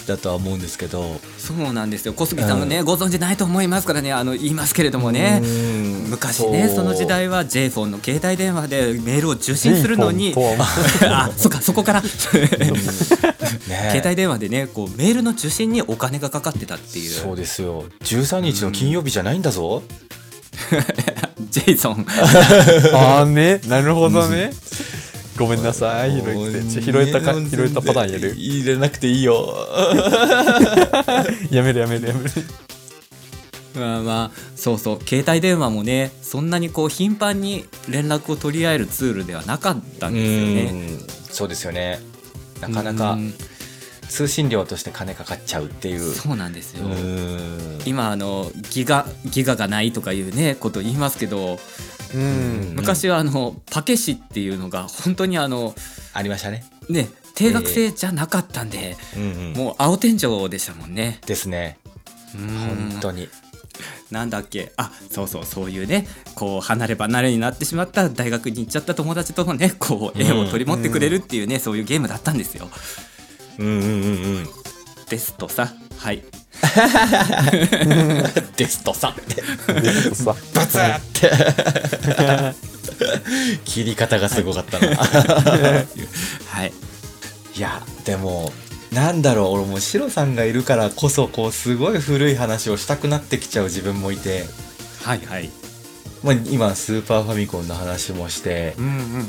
[SPEAKER 2] だとは思うんですけど
[SPEAKER 1] そうなんですよ小杉さんもね、ご存知ないと思いますからねあの言いますけれどもね
[SPEAKER 2] うん
[SPEAKER 1] 昔ね
[SPEAKER 2] う
[SPEAKER 1] その時代は j フォンの携帯電話でメールを受信するのに
[SPEAKER 4] ジェイフォン
[SPEAKER 1] [laughs]
[SPEAKER 4] と
[SPEAKER 1] あそっかそこから携
[SPEAKER 2] ね
[SPEAKER 1] 帯電話でねこうメールの受信にお金がかかってたっていう [laughs]
[SPEAKER 2] そうですよ13日の金曜日じゃないんだぞ、
[SPEAKER 1] ジェイソン [laughs]
[SPEAKER 4] ああね、なるほどね。ごめんなさい、拾
[SPEAKER 2] もう
[SPEAKER 4] えてち拾えたか、
[SPEAKER 2] ね
[SPEAKER 4] 拾えたパターンやる。
[SPEAKER 2] 入れなくていいよ
[SPEAKER 4] やめるやめるやめる。
[SPEAKER 1] まあまあそうそう携帯電話もねそんなにこう頻繁に連絡を取り合えるツールではなかったんですよね。
[SPEAKER 2] うんそうですよねなかなか
[SPEAKER 1] うん
[SPEAKER 2] 通信料として金かかっちゃうっていう
[SPEAKER 1] そうなんですよ。
[SPEAKER 2] うん
[SPEAKER 1] 今あのギガギガがないとかいうねこと言いますけど
[SPEAKER 4] うん。
[SPEAKER 1] 昔はあのパケシっていうのが本当にあの
[SPEAKER 2] ありましたね、
[SPEAKER 1] ね定額制じゃなかったんで、
[SPEAKER 2] うんうん
[SPEAKER 1] もう青天井でしたもんね。
[SPEAKER 2] ですね
[SPEAKER 1] うん
[SPEAKER 2] 本当に
[SPEAKER 1] なんだっけあそうそうそういうねこう離れ離れになってしまった大学に行っちゃった友達とのねこう
[SPEAKER 2] うん
[SPEAKER 1] 絵を取り持ってくれるっていうね、そういうゲームだったんですよ。
[SPEAKER 2] うんうんうんうん
[SPEAKER 1] ですとさはい
[SPEAKER 2] ですとさって
[SPEAKER 4] でさ、
[SPEAKER 2] バツーって切り方がすごか [laughs] ったな
[SPEAKER 1] はい
[SPEAKER 2] いやでもなんだろう俺もシロさんがいるからこそこうすごい古い話をしたくなってきちゃう自分もいて、
[SPEAKER 1] はいはい
[SPEAKER 2] まあ、今スーパーファミコンの話もして、
[SPEAKER 4] うんうんうん。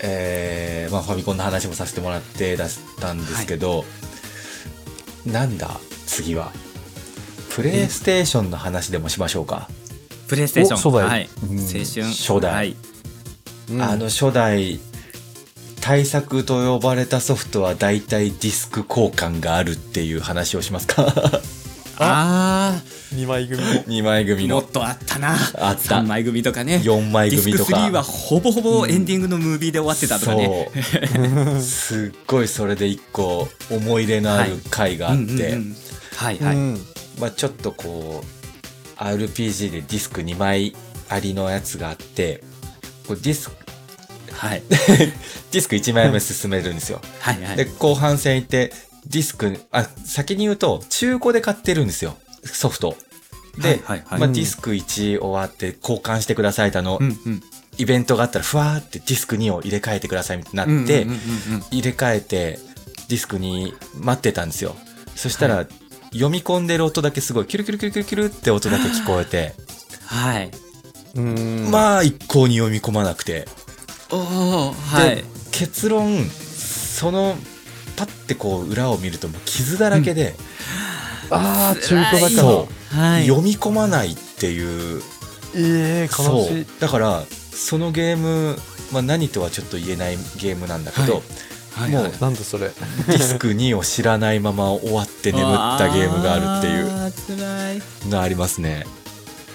[SPEAKER 2] えーまあ、ファミコンの話もさせてもらってだったんですけど、なんだ次はプレイステーションの話でもしましょうか、
[SPEAKER 1] プレイステーション
[SPEAKER 4] お初代
[SPEAKER 1] はい、
[SPEAKER 4] うん
[SPEAKER 1] 青春
[SPEAKER 2] 初代
[SPEAKER 1] はい、
[SPEAKER 2] あ
[SPEAKER 4] あ
[SPEAKER 2] の初代対策と呼ばれたソフトは大体ディスク交換があるっていう話をしますか
[SPEAKER 1] [laughs] あ
[SPEAKER 4] 二枚組
[SPEAKER 2] 2枚組
[SPEAKER 1] ーも
[SPEAKER 2] の
[SPEAKER 1] っとあったな
[SPEAKER 2] あった
[SPEAKER 1] 3枚組とかね
[SPEAKER 2] 4枚組と
[SPEAKER 1] ディスク3は
[SPEAKER 2] か。
[SPEAKER 1] ほぼほぼエンディングのムービーで終わってたとかね、 [laughs]
[SPEAKER 2] そうすっごいそれで一個思い入れのある回があっ
[SPEAKER 1] うんうん
[SPEAKER 2] て、
[SPEAKER 1] うんはい
[SPEAKER 4] の。
[SPEAKER 1] はい、
[SPEAKER 4] うん。
[SPEAKER 2] まあ、ちょっとこう RPG でディスク2枚ありのやつがあってこうディスク
[SPEAKER 1] はい
[SPEAKER 2] ディスク1枚目進めるんですよ。
[SPEAKER 1] はいはい
[SPEAKER 2] で後半戦行ってディスクあ先に言うと中古で買ってるんですよソフト。で、
[SPEAKER 1] はいはいはい
[SPEAKER 2] まあ、ディスク1終わって交換してくださいとあの、
[SPEAKER 1] うんうん
[SPEAKER 2] イベントがあったらふわーってディスク2を入れ替えてくださいってなって、
[SPEAKER 1] うんうんうんうん
[SPEAKER 2] 入れ替えてディスクに待ってたんですよそしたら、読み込んでる音だけすごいキュルキュルキュルキュルキュルって音だけ聞こえて、
[SPEAKER 1] はい
[SPEAKER 4] うん。
[SPEAKER 2] まあ一向に読み込まなくて、
[SPEAKER 1] おおはい
[SPEAKER 2] で結論そのパッてこう裏を見るともう傷だらけで、
[SPEAKER 4] ああ、中古だから。
[SPEAKER 2] そ
[SPEAKER 1] はい
[SPEAKER 2] 読み込まないっていう
[SPEAKER 4] ええ、悲
[SPEAKER 2] そ。
[SPEAKER 4] しいう
[SPEAKER 2] だからそのゲーム、まあ、何とはちょっと言えないゲームなんだけど、
[SPEAKER 1] はいはい
[SPEAKER 2] も
[SPEAKER 1] は
[SPEAKER 2] う
[SPEAKER 1] い
[SPEAKER 4] なんだそれ。 [laughs]
[SPEAKER 2] ディスク2を知らないまま終わって眠ったゲームがあるっていう
[SPEAKER 1] っていう。辛い。
[SPEAKER 2] のありますね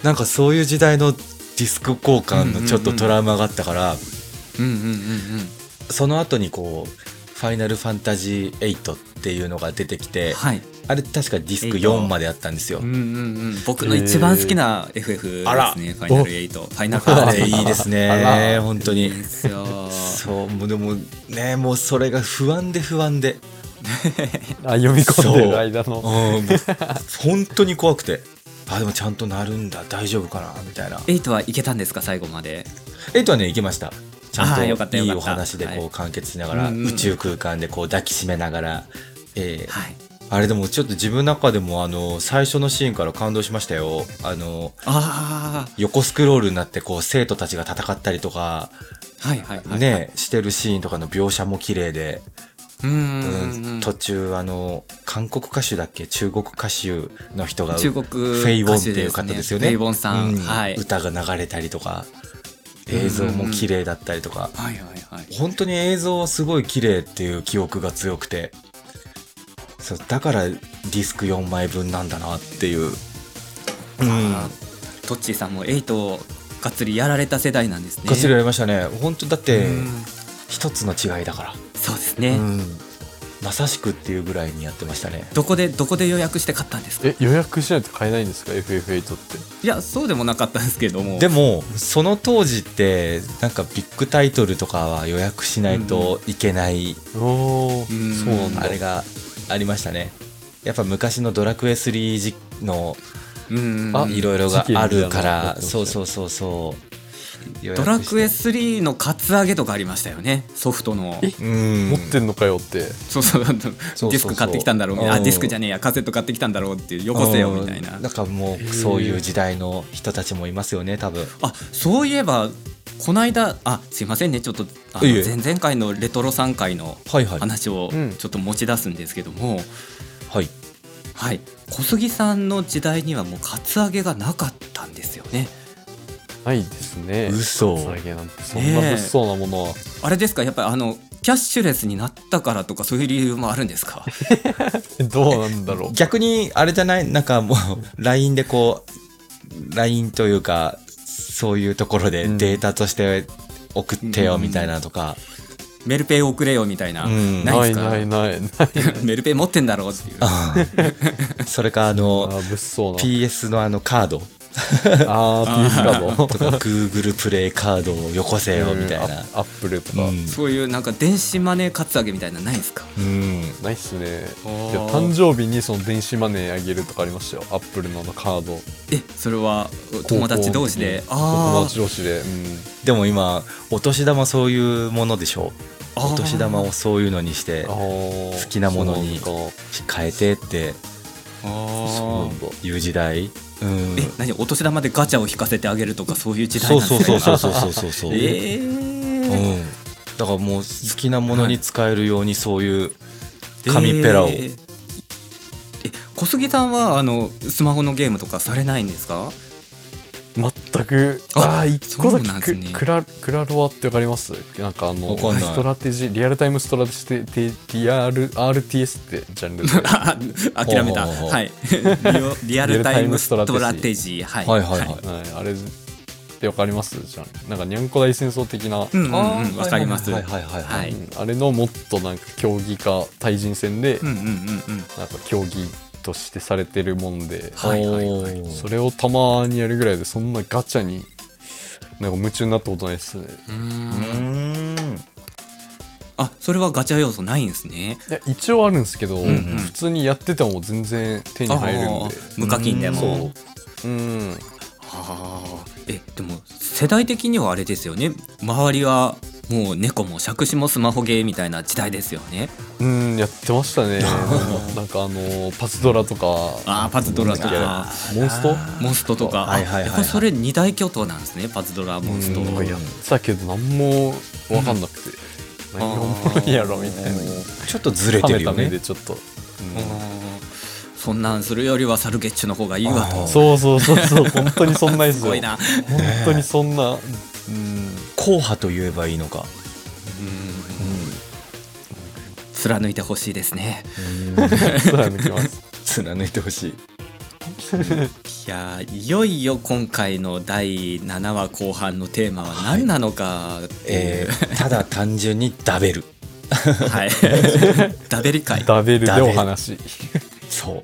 [SPEAKER 2] なんかそういう時代のディスク交換のちょっとトラウマがあったから、
[SPEAKER 1] うんうんうんう
[SPEAKER 2] その後にこう「ファイナルファンタジー8」っていうのが出てきて、
[SPEAKER 1] ん。はい。
[SPEAKER 2] あれ確かディスク
[SPEAKER 1] 8
[SPEAKER 2] 4まであったんですよ、
[SPEAKER 1] うんうんうん。僕の一番好きな FF
[SPEAKER 2] あら
[SPEAKER 1] ですね。ファイナルエイト。ファイナルファン
[SPEAKER 2] [laughs]
[SPEAKER 1] タ
[SPEAKER 2] あ
[SPEAKER 1] ジ
[SPEAKER 2] れ
[SPEAKER 1] ー
[SPEAKER 2] いいです
[SPEAKER 4] あ
[SPEAKER 2] ね本当
[SPEAKER 1] いい
[SPEAKER 2] に
[SPEAKER 1] ですよ。
[SPEAKER 2] そうもうでもねもうそれが不安で不安で
[SPEAKER 4] あ、読み込んでる間
[SPEAKER 2] うん
[SPEAKER 4] の。
[SPEAKER 1] [laughs]
[SPEAKER 2] もう本当に怖くてあでもちゃんとなるんだ大丈夫かなみたいな
[SPEAKER 1] エイトはいけたんですか最後まで。
[SPEAKER 2] 8はね行けましたちゃ
[SPEAKER 1] あーよ
[SPEAKER 2] ん
[SPEAKER 1] かっ
[SPEAKER 2] と
[SPEAKER 1] た
[SPEAKER 2] い
[SPEAKER 1] よかっ
[SPEAKER 2] い
[SPEAKER 1] た
[SPEAKER 2] お話で
[SPEAKER 1] は
[SPEAKER 2] こう
[SPEAKER 1] い
[SPEAKER 2] 完結しながら、
[SPEAKER 1] うんうん
[SPEAKER 2] 宇宙空間でこう抱きしめながら、えー
[SPEAKER 1] はい。
[SPEAKER 2] あれでもちょっと自分の中でもあの最初のシーンから感動しましたよあの
[SPEAKER 1] あ
[SPEAKER 2] 横スクロールになってこう生徒たちが戦ったりとか、
[SPEAKER 1] あ。はいはいはい。。
[SPEAKER 2] ねしてるシーンとかの描写も綺麗で、
[SPEAKER 1] うん
[SPEAKER 2] う
[SPEAKER 1] う
[SPEAKER 2] ん
[SPEAKER 1] んうん。
[SPEAKER 2] 途中あの韓国歌手だっけ中国歌手の人が
[SPEAKER 1] 中国
[SPEAKER 2] フェイボンっていう方ですよね
[SPEAKER 1] フェイボンさん。
[SPEAKER 2] うん
[SPEAKER 1] はい。はい
[SPEAKER 2] 歌が流れたりとか映像も綺麗だったりとか、
[SPEAKER 1] はいはい。
[SPEAKER 2] 本当に映像はすごい綺麗っていう記憶が強くてそうだからディスク4枚分なんだなっていう、うん、
[SPEAKER 1] あートッチーさんもエイトをがっつりやられた世代なんですね。
[SPEAKER 2] がっつりやりましたね本当だっ
[SPEAKER 4] う
[SPEAKER 2] て
[SPEAKER 4] ん
[SPEAKER 2] 一つの違いだか
[SPEAKER 1] そうです
[SPEAKER 2] ら、
[SPEAKER 1] ね。
[SPEAKER 2] うんまさしくっていうぐらいにやってましたね
[SPEAKER 1] どこでどこで予約して買ったんですか
[SPEAKER 4] え、予約しないと買えないんですか ?FF8 って。
[SPEAKER 1] いやそうでもなかったんですけども
[SPEAKER 2] でもその当時ってなんかビッグタイトルとかは予約しないといけない、
[SPEAKER 4] おお、
[SPEAKER 1] うん
[SPEAKER 4] そうなん
[SPEAKER 2] あ
[SPEAKER 4] だ。
[SPEAKER 2] れがありましたねやっぱ昔のドラクエ3時の
[SPEAKER 1] うん
[SPEAKER 4] あ
[SPEAKER 2] いろいろがあるか
[SPEAKER 4] 時期みたいなのがあ
[SPEAKER 2] ら
[SPEAKER 4] っ、て
[SPEAKER 2] そうそうそうそう。
[SPEAKER 1] ドラクエ
[SPEAKER 2] 予約して
[SPEAKER 1] 3のカツアゲとかありましたよねソフトの
[SPEAKER 4] え
[SPEAKER 2] うん、
[SPEAKER 4] 持ってんのかよって
[SPEAKER 1] そうそうあのデ
[SPEAKER 2] そう
[SPEAKER 1] ィスク買ってきたんだろうあ
[SPEAKER 2] うん
[SPEAKER 1] ディスクじゃねえやカセット買ってきたんだろうっていうよこせよみたいな
[SPEAKER 2] うんだからもうそういう時代の人たちもいますよね多分
[SPEAKER 1] あそういえばこの間あすいませんねちょっとあの
[SPEAKER 2] いえいえ
[SPEAKER 1] 前々回のレトロ3回の
[SPEAKER 2] はいはい
[SPEAKER 1] 話を
[SPEAKER 4] うん
[SPEAKER 1] ちょっと持ち出すんですけども、
[SPEAKER 2] はい
[SPEAKER 1] はい小杉さんの時代にはもうカツアゲがなかったんですよね
[SPEAKER 4] ないですね
[SPEAKER 2] 嘘
[SPEAKER 4] カツアゲなんてそんな物騒なものは、
[SPEAKER 1] あれですかやっぱりあのキャッシュレスになったからとかそういう理由もあるんですか
[SPEAKER 4] どうなんだろう
[SPEAKER 2] 逆にあれじゃないなんかもう LINE でこう LINE というかそういうところで
[SPEAKER 4] うん
[SPEAKER 2] データとして送ってよみたいなとか、
[SPEAKER 1] メルペイ送れよみたいな、
[SPEAKER 2] うん
[SPEAKER 1] ない
[SPEAKER 4] な
[SPEAKER 1] で
[SPEAKER 4] い
[SPEAKER 1] すか
[SPEAKER 4] ないないない
[SPEAKER 1] [laughs] メルペイ持ってんだろうっていう
[SPEAKER 2] あー [laughs] それかあ
[SPEAKER 4] あ
[SPEAKER 2] の
[SPEAKER 4] ー物騒な
[SPEAKER 2] PS のあのカード
[SPEAKER 4] [laughs] あー PS カード
[SPEAKER 2] とか Google プレイカードをよこせよみたいな
[SPEAKER 4] うんアアップルとか、
[SPEAKER 2] うん
[SPEAKER 1] そういうなんか電子マネーカツアゲみたいなのないですか
[SPEAKER 2] うん
[SPEAKER 4] ないっすねいや
[SPEAKER 1] ー
[SPEAKER 4] 誕生日にその電子マネーあげるとかありましたよアップルのあのカード
[SPEAKER 1] えそれは友達同士で
[SPEAKER 4] 高校の
[SPEAKER 1] あ
[SPEAKER 4] 時に友達同士で、うん、
[SPEAKER 2] でも今お年玉そういうものでしょ
[SPEAKER 1] あー
[SPEAKER 2] お年玉をそういうのにして
[SPEAKER 4] 好
[SPEAKER 2] 好きなものに
[SPEAKER 4] そうなのか
[SPEAKER 2] 変えてって
[SPEAKER 1] あ
[SPEAKER 4] そうな
[SPEAKER 1] ー
[SPEAKER 4] んだ
[SPEAKER 2] いう時代うん
[SPEAKER 1] え何お年玉でガチャを引かせてあげるとかそういう時代
[SPEAKER 2] そ
[SPEAKER 1] なん
[SPEAKER 2] う
[SPEAKER 1] です
[SPEAKER 2] そ
[SPEAKER 1] ね
[SPEAKER 2] うそうそうそうそうそうそう、
[SPEAKER 1] [laughs] ええ
[SPEAKER 2] うん、だからもう好きなものに使えるようにそういう紙ペラを、
[SPEAKER 1] えーえ小杉さんはあのスマホのゲームとかされないんですか [laughs]
[SPEAKER 4] 全く
[SPEAKER 1] あ
[SPEAKER 4] ああ一個だ
[SPEAKER 1] そうなん
[SPEAKER 4] け
[SPEAKER 1] ですね
[SPEAKER 4] ク,、クラクラロワってわかりますなんかあ
[SPEAKER 2] わ
[SPEAKER 4] の
[SPEAKER 2] かんない
[SPEAKER 4] ストラテジーリアルタイムストラテジーテ TR RTS ってジ
[SPEAKER 1] [laughs]
[SPEAKER 4] ャンルで
[SPEAKER 1] あ諦めた
[SPEAKER 2] ほうほうほう
[SPEAKER 1] はいリオリアルタイムストラテジーはい
[SPEAKER 2] はいはいはい、
[SPEAKER 4] はい、あれってわかりますじゃんなんかにゃんこ大戦争的な、
[SPEAKER 1] うんうん
[SPEAKER 2] あ
[SPEAKER 1] う
[SPEAKER 2] ー
[SPEAKER 1] んわかります
[SPEAKER 2] はいはいはいはい
[SPEAKER 1] はい
[SPEAKER 4] うんあれのもっとなんか競技化対人戦で、
[SPEAKER 1] うんうんうんうん
[SPEAKER 4] なんか競技としてされてるもんで、
[SPEAKER 1] はいはいはい
[SPEAKER 2] おー
[SPEAKER 4] それをたまにやるぐらいでそんなガチャになんか夢中になったことないですね
[SPEAKER 2] うーん
[SPEAKER 1] あそれはガチャ要素ないんですね
[SPEAKER 4] いや一応あるんですけど、
[SPEAKER 1] んうん
[SPEAKER 4] 普通にやってても全然手に入るん
[SPEAKER 1] あ
[SPEAKER 4] で
[SPEAKER 1] ー無課金で
[SPEAKER 4] そ
[SPEAKER 1] も
[SPEAKER 4] ううん
[SPEAKER 1] はあえでも世代的にはあれですよね周りはもう猫も杓子もスマホゲーみたいな時代ですよね
[SPEAKER 4] うんやってまし
[SPEAKER 1] [laughs]
[SPEAKER 4] たねなんかあのパズドラとか
[SPEAKER 1] あーパズドラと
[SPEAKER 4] なんだ
[SPEAKER 1] か
[SPEAKER 4] っけモンスト
[SPEAKER 1] モンストとかあ
[SPEAKER 2] はいはいはいはい
[SPEAKER 1] やっぱりそれ二大巨頭なんですねパズドラモンスト
[SPEAKER 4] うんやってたけど何も分かんなくて、何がおもろいやろみたいな
[SPEAKER 2] ちょっとずれ
[SPEAKER 4] 冷
[SPEAKER 2] て
[SPEAKER 4] め
[SPEAKER 2] る
[SPEAKER 4] た
[SPEAKER 2] よ
[SPEAKER 4] 目
[SPEAKER 2] ね
[SPEAKER 4] でちょっと、うん
[SPEAKER 1] そんなんするよりはサルゲッチュの方がいいわと
[SPEAKER 4] そうそうそうそう本当にそんなやつ
[SPEAKER 1] す
[SPEAKER 4] よ
[SPEAKER 1] ごい
[SPEAKER 4] 本
[SPEAKER 1] な
[SPEAKER 4] 当にそんな、
[SPEAKER 1] [laughs]
[SPEAKER 4] うん
[SPEAKER 2] 硬派と言えばいいのか
[SPEAKER 1] 貫いてほしいですね
[SPEAKER 4] 貫きます
[SPEAKER 2] 貫いてほしい
[SPEAKER 1] いやーいよいよ今回の第7話後半のテーマは何なのかっていう
[SPEAKER 2] えーただ単純にダベル
[SPEAKER 1] はい。ダベリ会。
[SPEAKER 4] ダベルでお話
[SPEAKER 2] そう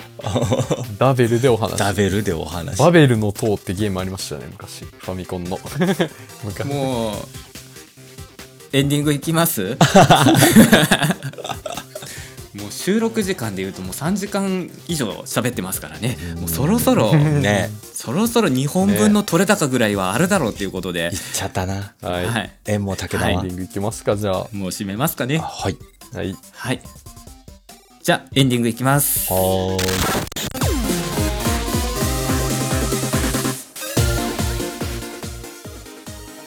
[SPEAKER 4] ダベルでお話
[SPEAKER 2] ダベルでお話
[SPEAKER 4] バベルの塔ってゲームありましたね昔ファミコンの昔
[SPEAKER 1] もう。エンディングいきますもう収録時間でいうともう3時間以上喋ってますからねもうそろそろ
[SPEAKER 2] ね
[SPEAKER 1] そろそろ2本分の取れ高ぐらいはあるだろうっていうことで
[SPEAKER 2] いっ、ちゃったな
[SPEAKER 4] はい、
[SPEAKER 1] は
[SPEAKER 4] はい、
[SPEAKER 1] い、
[SPEAKER 2] 縁も竹
[SPEAKER 4] エ
[SPEAKER 2] だ
[SPEAKER 4] ン
[SPEAKER 2] わ
[SPEAKER 4] ディングいきますかじゃあ
[SPEAKER 1] もう締めますかね
[SPEAKER 2] あはい
[SPEAKER 4] はい
[SPEAKER 1] はいじゃあエンディングいきます
[SPEAKER 2] はーい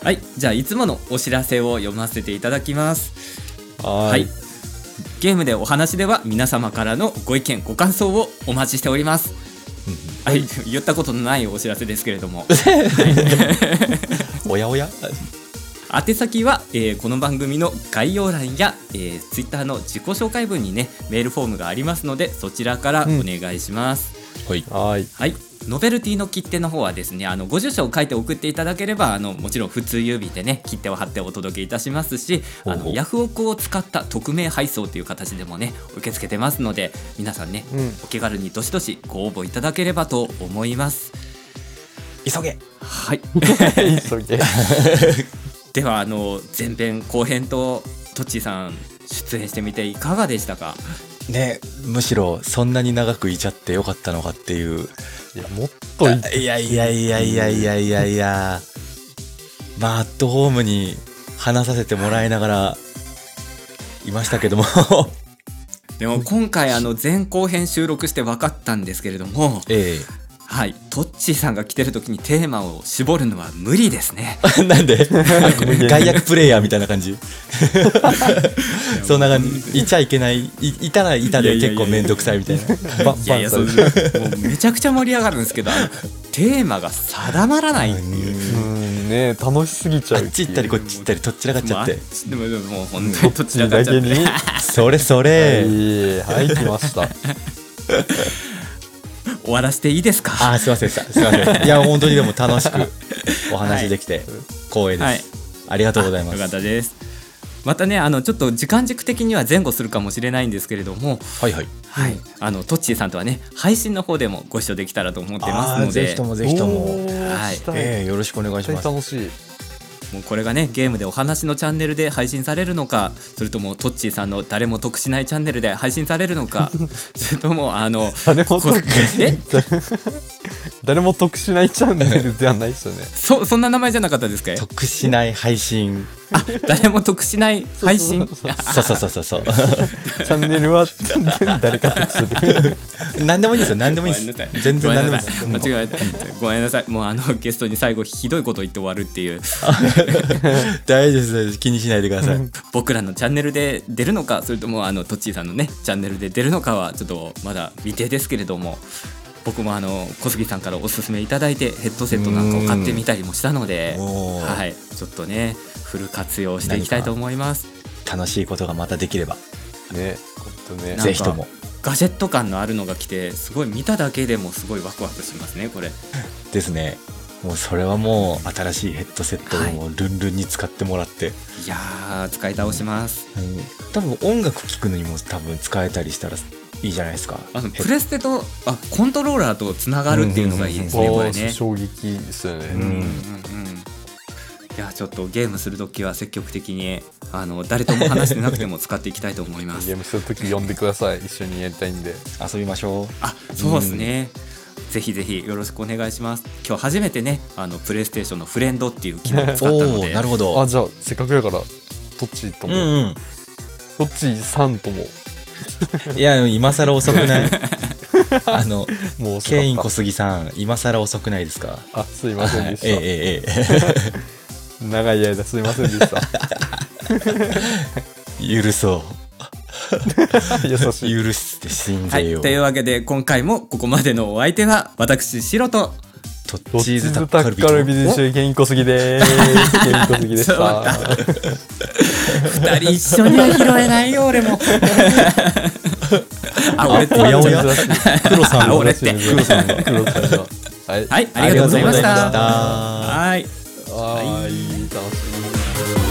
[SPEAKER 1] はいじゃあいつものお知らせを読ませていただきます
[SPEAKER 4] は
[SPEAKER 1] はいい。ゲームでお話では皆様からのご意見ご感想をお待ちしております。はい、 [laughs] 言ったことのないお知らせですけれども
[SPEAKER 2] おやおや
[SPEAKER 1] 宛先は、えーこの番組の概要欄や、えー、Twitter の自己紹介文にねメールフォームがありますのでそちらからお願いします。
[SPEAKER 2] はい
[SPEAKER 4] はい。
[SPEAKER 1] はい、ノベルティの切手の方はですねあのご住所を書いて送っていただければあのもちろん普通郵便でね切手を貼ってお届けいたしますしあ
[SPEAKER 2] ほうほ
[SPEAKER 1] の
[SPEAKER 2] う
[SPEAKER 1] ヤフオクを使った匿名配送という形でもね受け付けてますので皆さんね、
[SPEAKER 4] うん
[SPEAKER 1] お気軽にどしどしご応募いただければと思います。
[SPEAKER 2] 急げ [laughs]
[SPEAKER 1] はい、
[SPEAKER 4] 急げ。
[SPEAKER 1] ではあの前編後編とトッチーさん出演してみていかがでしたか
[SPEAKER 2] ね、むしろそんなに長くいちゃってよかったのかっていう。
[SPEAKER 4] いやもっとい
[SPEAKER 2] いやいやいやいやいやいやいや。まあ、アットホームに話させてもらいながら、いましたけども。
[SPEAKER 1] でも今回あの前後編収録して分かったんですけれども
[SPEAKER 2] え
[SPEAKER 1] はいトッチーさんが来てる時にテーマを絞るのは無理ですね
[SPEAKER 2] え。 [laughs] なんで外役プレイヤーみたいな感 [laughs] じそんな感じ。いちゃいけない。いいたらいたで結構めんどくさいみたいな。バ
[SPEAKER 1] [laughs]
[SPEAKER 2] ン
[SPEAKER 1] い
[SPEAKER 2] バ
[SPEAKER 1] やいや
[SPEAKER 2] ン
[SPEAKER 1] そ
[SPEAKER 2] さ
[SPEAKER 1] う
[SPEAKER 2] れ
[SPEAKER 1] も
[SPEAKER 2] て
[SPEAKER 1] うめちゃくちゃ盛り上がるんですけどあのテーマが定まらないっていう
[SPEAKER 4] うーんね楽しすぎちゃ
[SPEAKER 2] あ
[SPEAKER 4] う
[SPEAKER 2] っち行ったりこっち行ったり、とっちらかっちゃって。
[SPEAKER 1] でもでももう本当
[SPEAKER 4] こ
[SPEAKER 1] にど
[SPEAKER 4] っ
[SPEAKER 1] ち
[SPEAKER 4] ち
[SPEAKER 1] らかっ
[SPEAKER 4] だ
[SPEAKER 1] ちゃ
[SPEAKER 4] け
[SPEAKER 1] って
[SPEAKER 4] に
[SPEAKER 1] ね
[SPEAKER 2] それそれ。
[SPEAKER 4] はいはい来ました
[SPEAKER 1] 終わらせていいですか
[SPEAKER 2] あーすいませんでしたすいませんいや本当にでも楽しくお話できて光栄です、
[SPEAKER 1] はい
[SPEAKER 2] ありがとうございま
[SPEAKER 1] よ
[SPEAKER 2] す
[SPEAKER 1] かったですまたねあのちょっと時間軸的には前後するかもしれないんですけれども
[SPEAKER 2] はいはい
[SPEAKER 1] はい、あのトッチーさんとはね配信の方でもご一緒できたらと思ってます
[SPEAKER 2] あー
[SPEAKER 1] の
[SPEAKER 2] ぜ
[SPEAKER 1] で
[SPEAKER 2] ひともぜひとも
[SPEAKER 1] はい
[SPEAKER 4] い
[SPEAKER 2] ええよろしくお願いしま
[SPEAKER 4] 絶対
[SPEAKER 2] す
[SPEAKER 4] 楽しい
[SPEAKER 1] もうこれがねゲームでお話のチャンネルで配信されるのかそれともトッチーさんの誰も得しないチャンネルで配信されるの
[SPEAKER 4] [laughs]
[SPEAKER 1] かそれともあの
[SPEAKER 4] 誰も得
[SPEAKER 1] [laughs] え
[SPEAKER 4] 誰も得しないチャンネルではないですよね
[SPEAKER 1] そそんな名前じゃなかったですか
[SPEAKER 2] 得しない配信
[SPEAKER 1] あ誰も得しない配信
[SPEAKER 4] そうそう
[SPEAKER 2] そ
[SPEAKER 4] そ
[SPEAKER 2] うそうそうそう [laughs] そう
[SPEAKER 4] うチャンネルは誰か得する
[SPEAKER 2] 何でもいいですよ何でもいいで
[SPEAKER 1] ごめんなさい
[SPEAKER 2] す全然
[SPEAKER 1] ごめん
[SPEAKER 2] 何で
[SPEAKER 1] ない
[SPEAKER 2] もいで
[SPEAKER 1] さ
[SPEAKER 2] す
[SPEAKER 1] い間違えたごめんなさいもうあのゲストに最後ひどいこと言って終わるっていう
[SPEAKER 2] 大丈夫です大丈夫です気にしないでください
[SPEAKER 1] 僕らのチャンネルで出るのかそれともあのトッチーさんのねチャンネルで出るのかはちょっとまだ未定ですけれども僕もあの小杉さんからおすすめいただいてヘッドセットなんかを買ってみたりもしたので、
[SPEAKER 2] おー
[SPEAKER 1] はい、ちょっとねフル活用していきたいと思います
[SPEAKER 2] 楽しいことがまたできれば
[SPEAKER 4] ね本当ね
[SPEAKER 1] なんか
[SPEAKER 2] ぜひとも
[SPEAKER 1] ガジェット感のあるのが来てすごい見ただけでもすごいワクワクしますねこれ
[SPEAKER 2] ですねもうそれはもう新しいヘッドセットをもうルンルンに使ってもらって、
[SPEAKER 1] いやー使い倒します
[SPEAKER 2] うん多分音楽聴くのにも多分使えたりしたらいいじゃないですか
[SPEAKER 1] あの
[SPEAKER 2] ヘッ
[SPEAKER 1] プレステとあコントローラーとつながるっていうのがいいですね、
[SPEAKER 4] お
[SPEAKER 1] こ
[SPEAKER 4] ー
[SPEAKER 1] れね
[SPEAKER 4] 衝撃ですよね、
[SPEAKER 2] うん
[SPEAKER 1] うんうんうんいやちょっとゲームするときは積極的にあの誰とも話してなくても使っていきたいと思います
[SPEAKER 4] ゲームするとき呼んでください一緒にやりたいんで
[SPEAKER 2] 遊びましょう
[SPEAKER 1] あそうですね、ぜひぜひよろしくお願いします今日初めてねあのプレイステーションのフレンドっていう機能を使ったの
[SPEAKER 2] おお
[SPEAKER 1] で
[SPEAKER 2] ーなるほど
[SPEAKER 4] あじゃあせっかくやからどっちと
[SPEAKER 2] うん
[SPEAKER 4] も、
[SPEAKER 2] うん
[SPEAKER 4] どっちさんとも
[SPEAKER 2] いや今更遅
[SPEAKER 1] [laughs]
[SPEAKER 2] くないあの
[SPEAKER 4] もう遅か
[SPEAKER 2] ケイン
[SPEAKER 4] っ
[SPEAKER 2] 小杉さん今更遅くないですか
[SPEAKER 4] たあすいませんでした、
[SPEAKER 2] ええええ
[SPEAKER 4] 長い間すいませんでした
[SPEAKER 2] ええ [laughs] 許そう
[SPEAKER 4] 優しい
[SPEAKER 2] 許して信
[SPEAKER 1] は
[SPEAKER 2] ぜ
[SPEAKER 1] い
[SPEAKER 2] よう、
[SPEAKER 1] というわけで今回もここまでのお相手は私シロと
[SPEAKER 2] と
[SPEAKER 4] どっ
[SPEAKER 2] チ
[SPEAKER 4] ち
[SPEAKER 2] ーズ
[SPEAKER 4] ズ
[SPEAKER 2] タ
[SPEAKER 4] タ
[SPEAKER 2] ッ
[SPEAKER 4] ッ
[SPEAKER 2] カルビ
[SPEAKER 4] カルビでしょ健康すぎでーす健康すぎでし
[SPEAKER 1] そうだ
[SPEAKER 4] た
[SPEAKER 1] 二人一緒には拾えないよ俺 [laughs] もあ俺って
[SPEAKER 2] おやおや
[SPEAKER 4] 珍しい黒さん
[SPEAKER 1] あ
[SPEAKER 4] が
[SPEAKER 1] 俺
[SPEAKER 4] 珍
[SPEAKER 1] っ
[SPEAKER 4] しい
[SPEAKER 1] て
[SPEAKER 4] 黒さんが黒さんがはい
[SPEAKER 1] はいありがとうございました
[SPEAKER 2] ありがとうございました
[SPEAKER 1] はい
[SPEAKER 4] はい楽しみ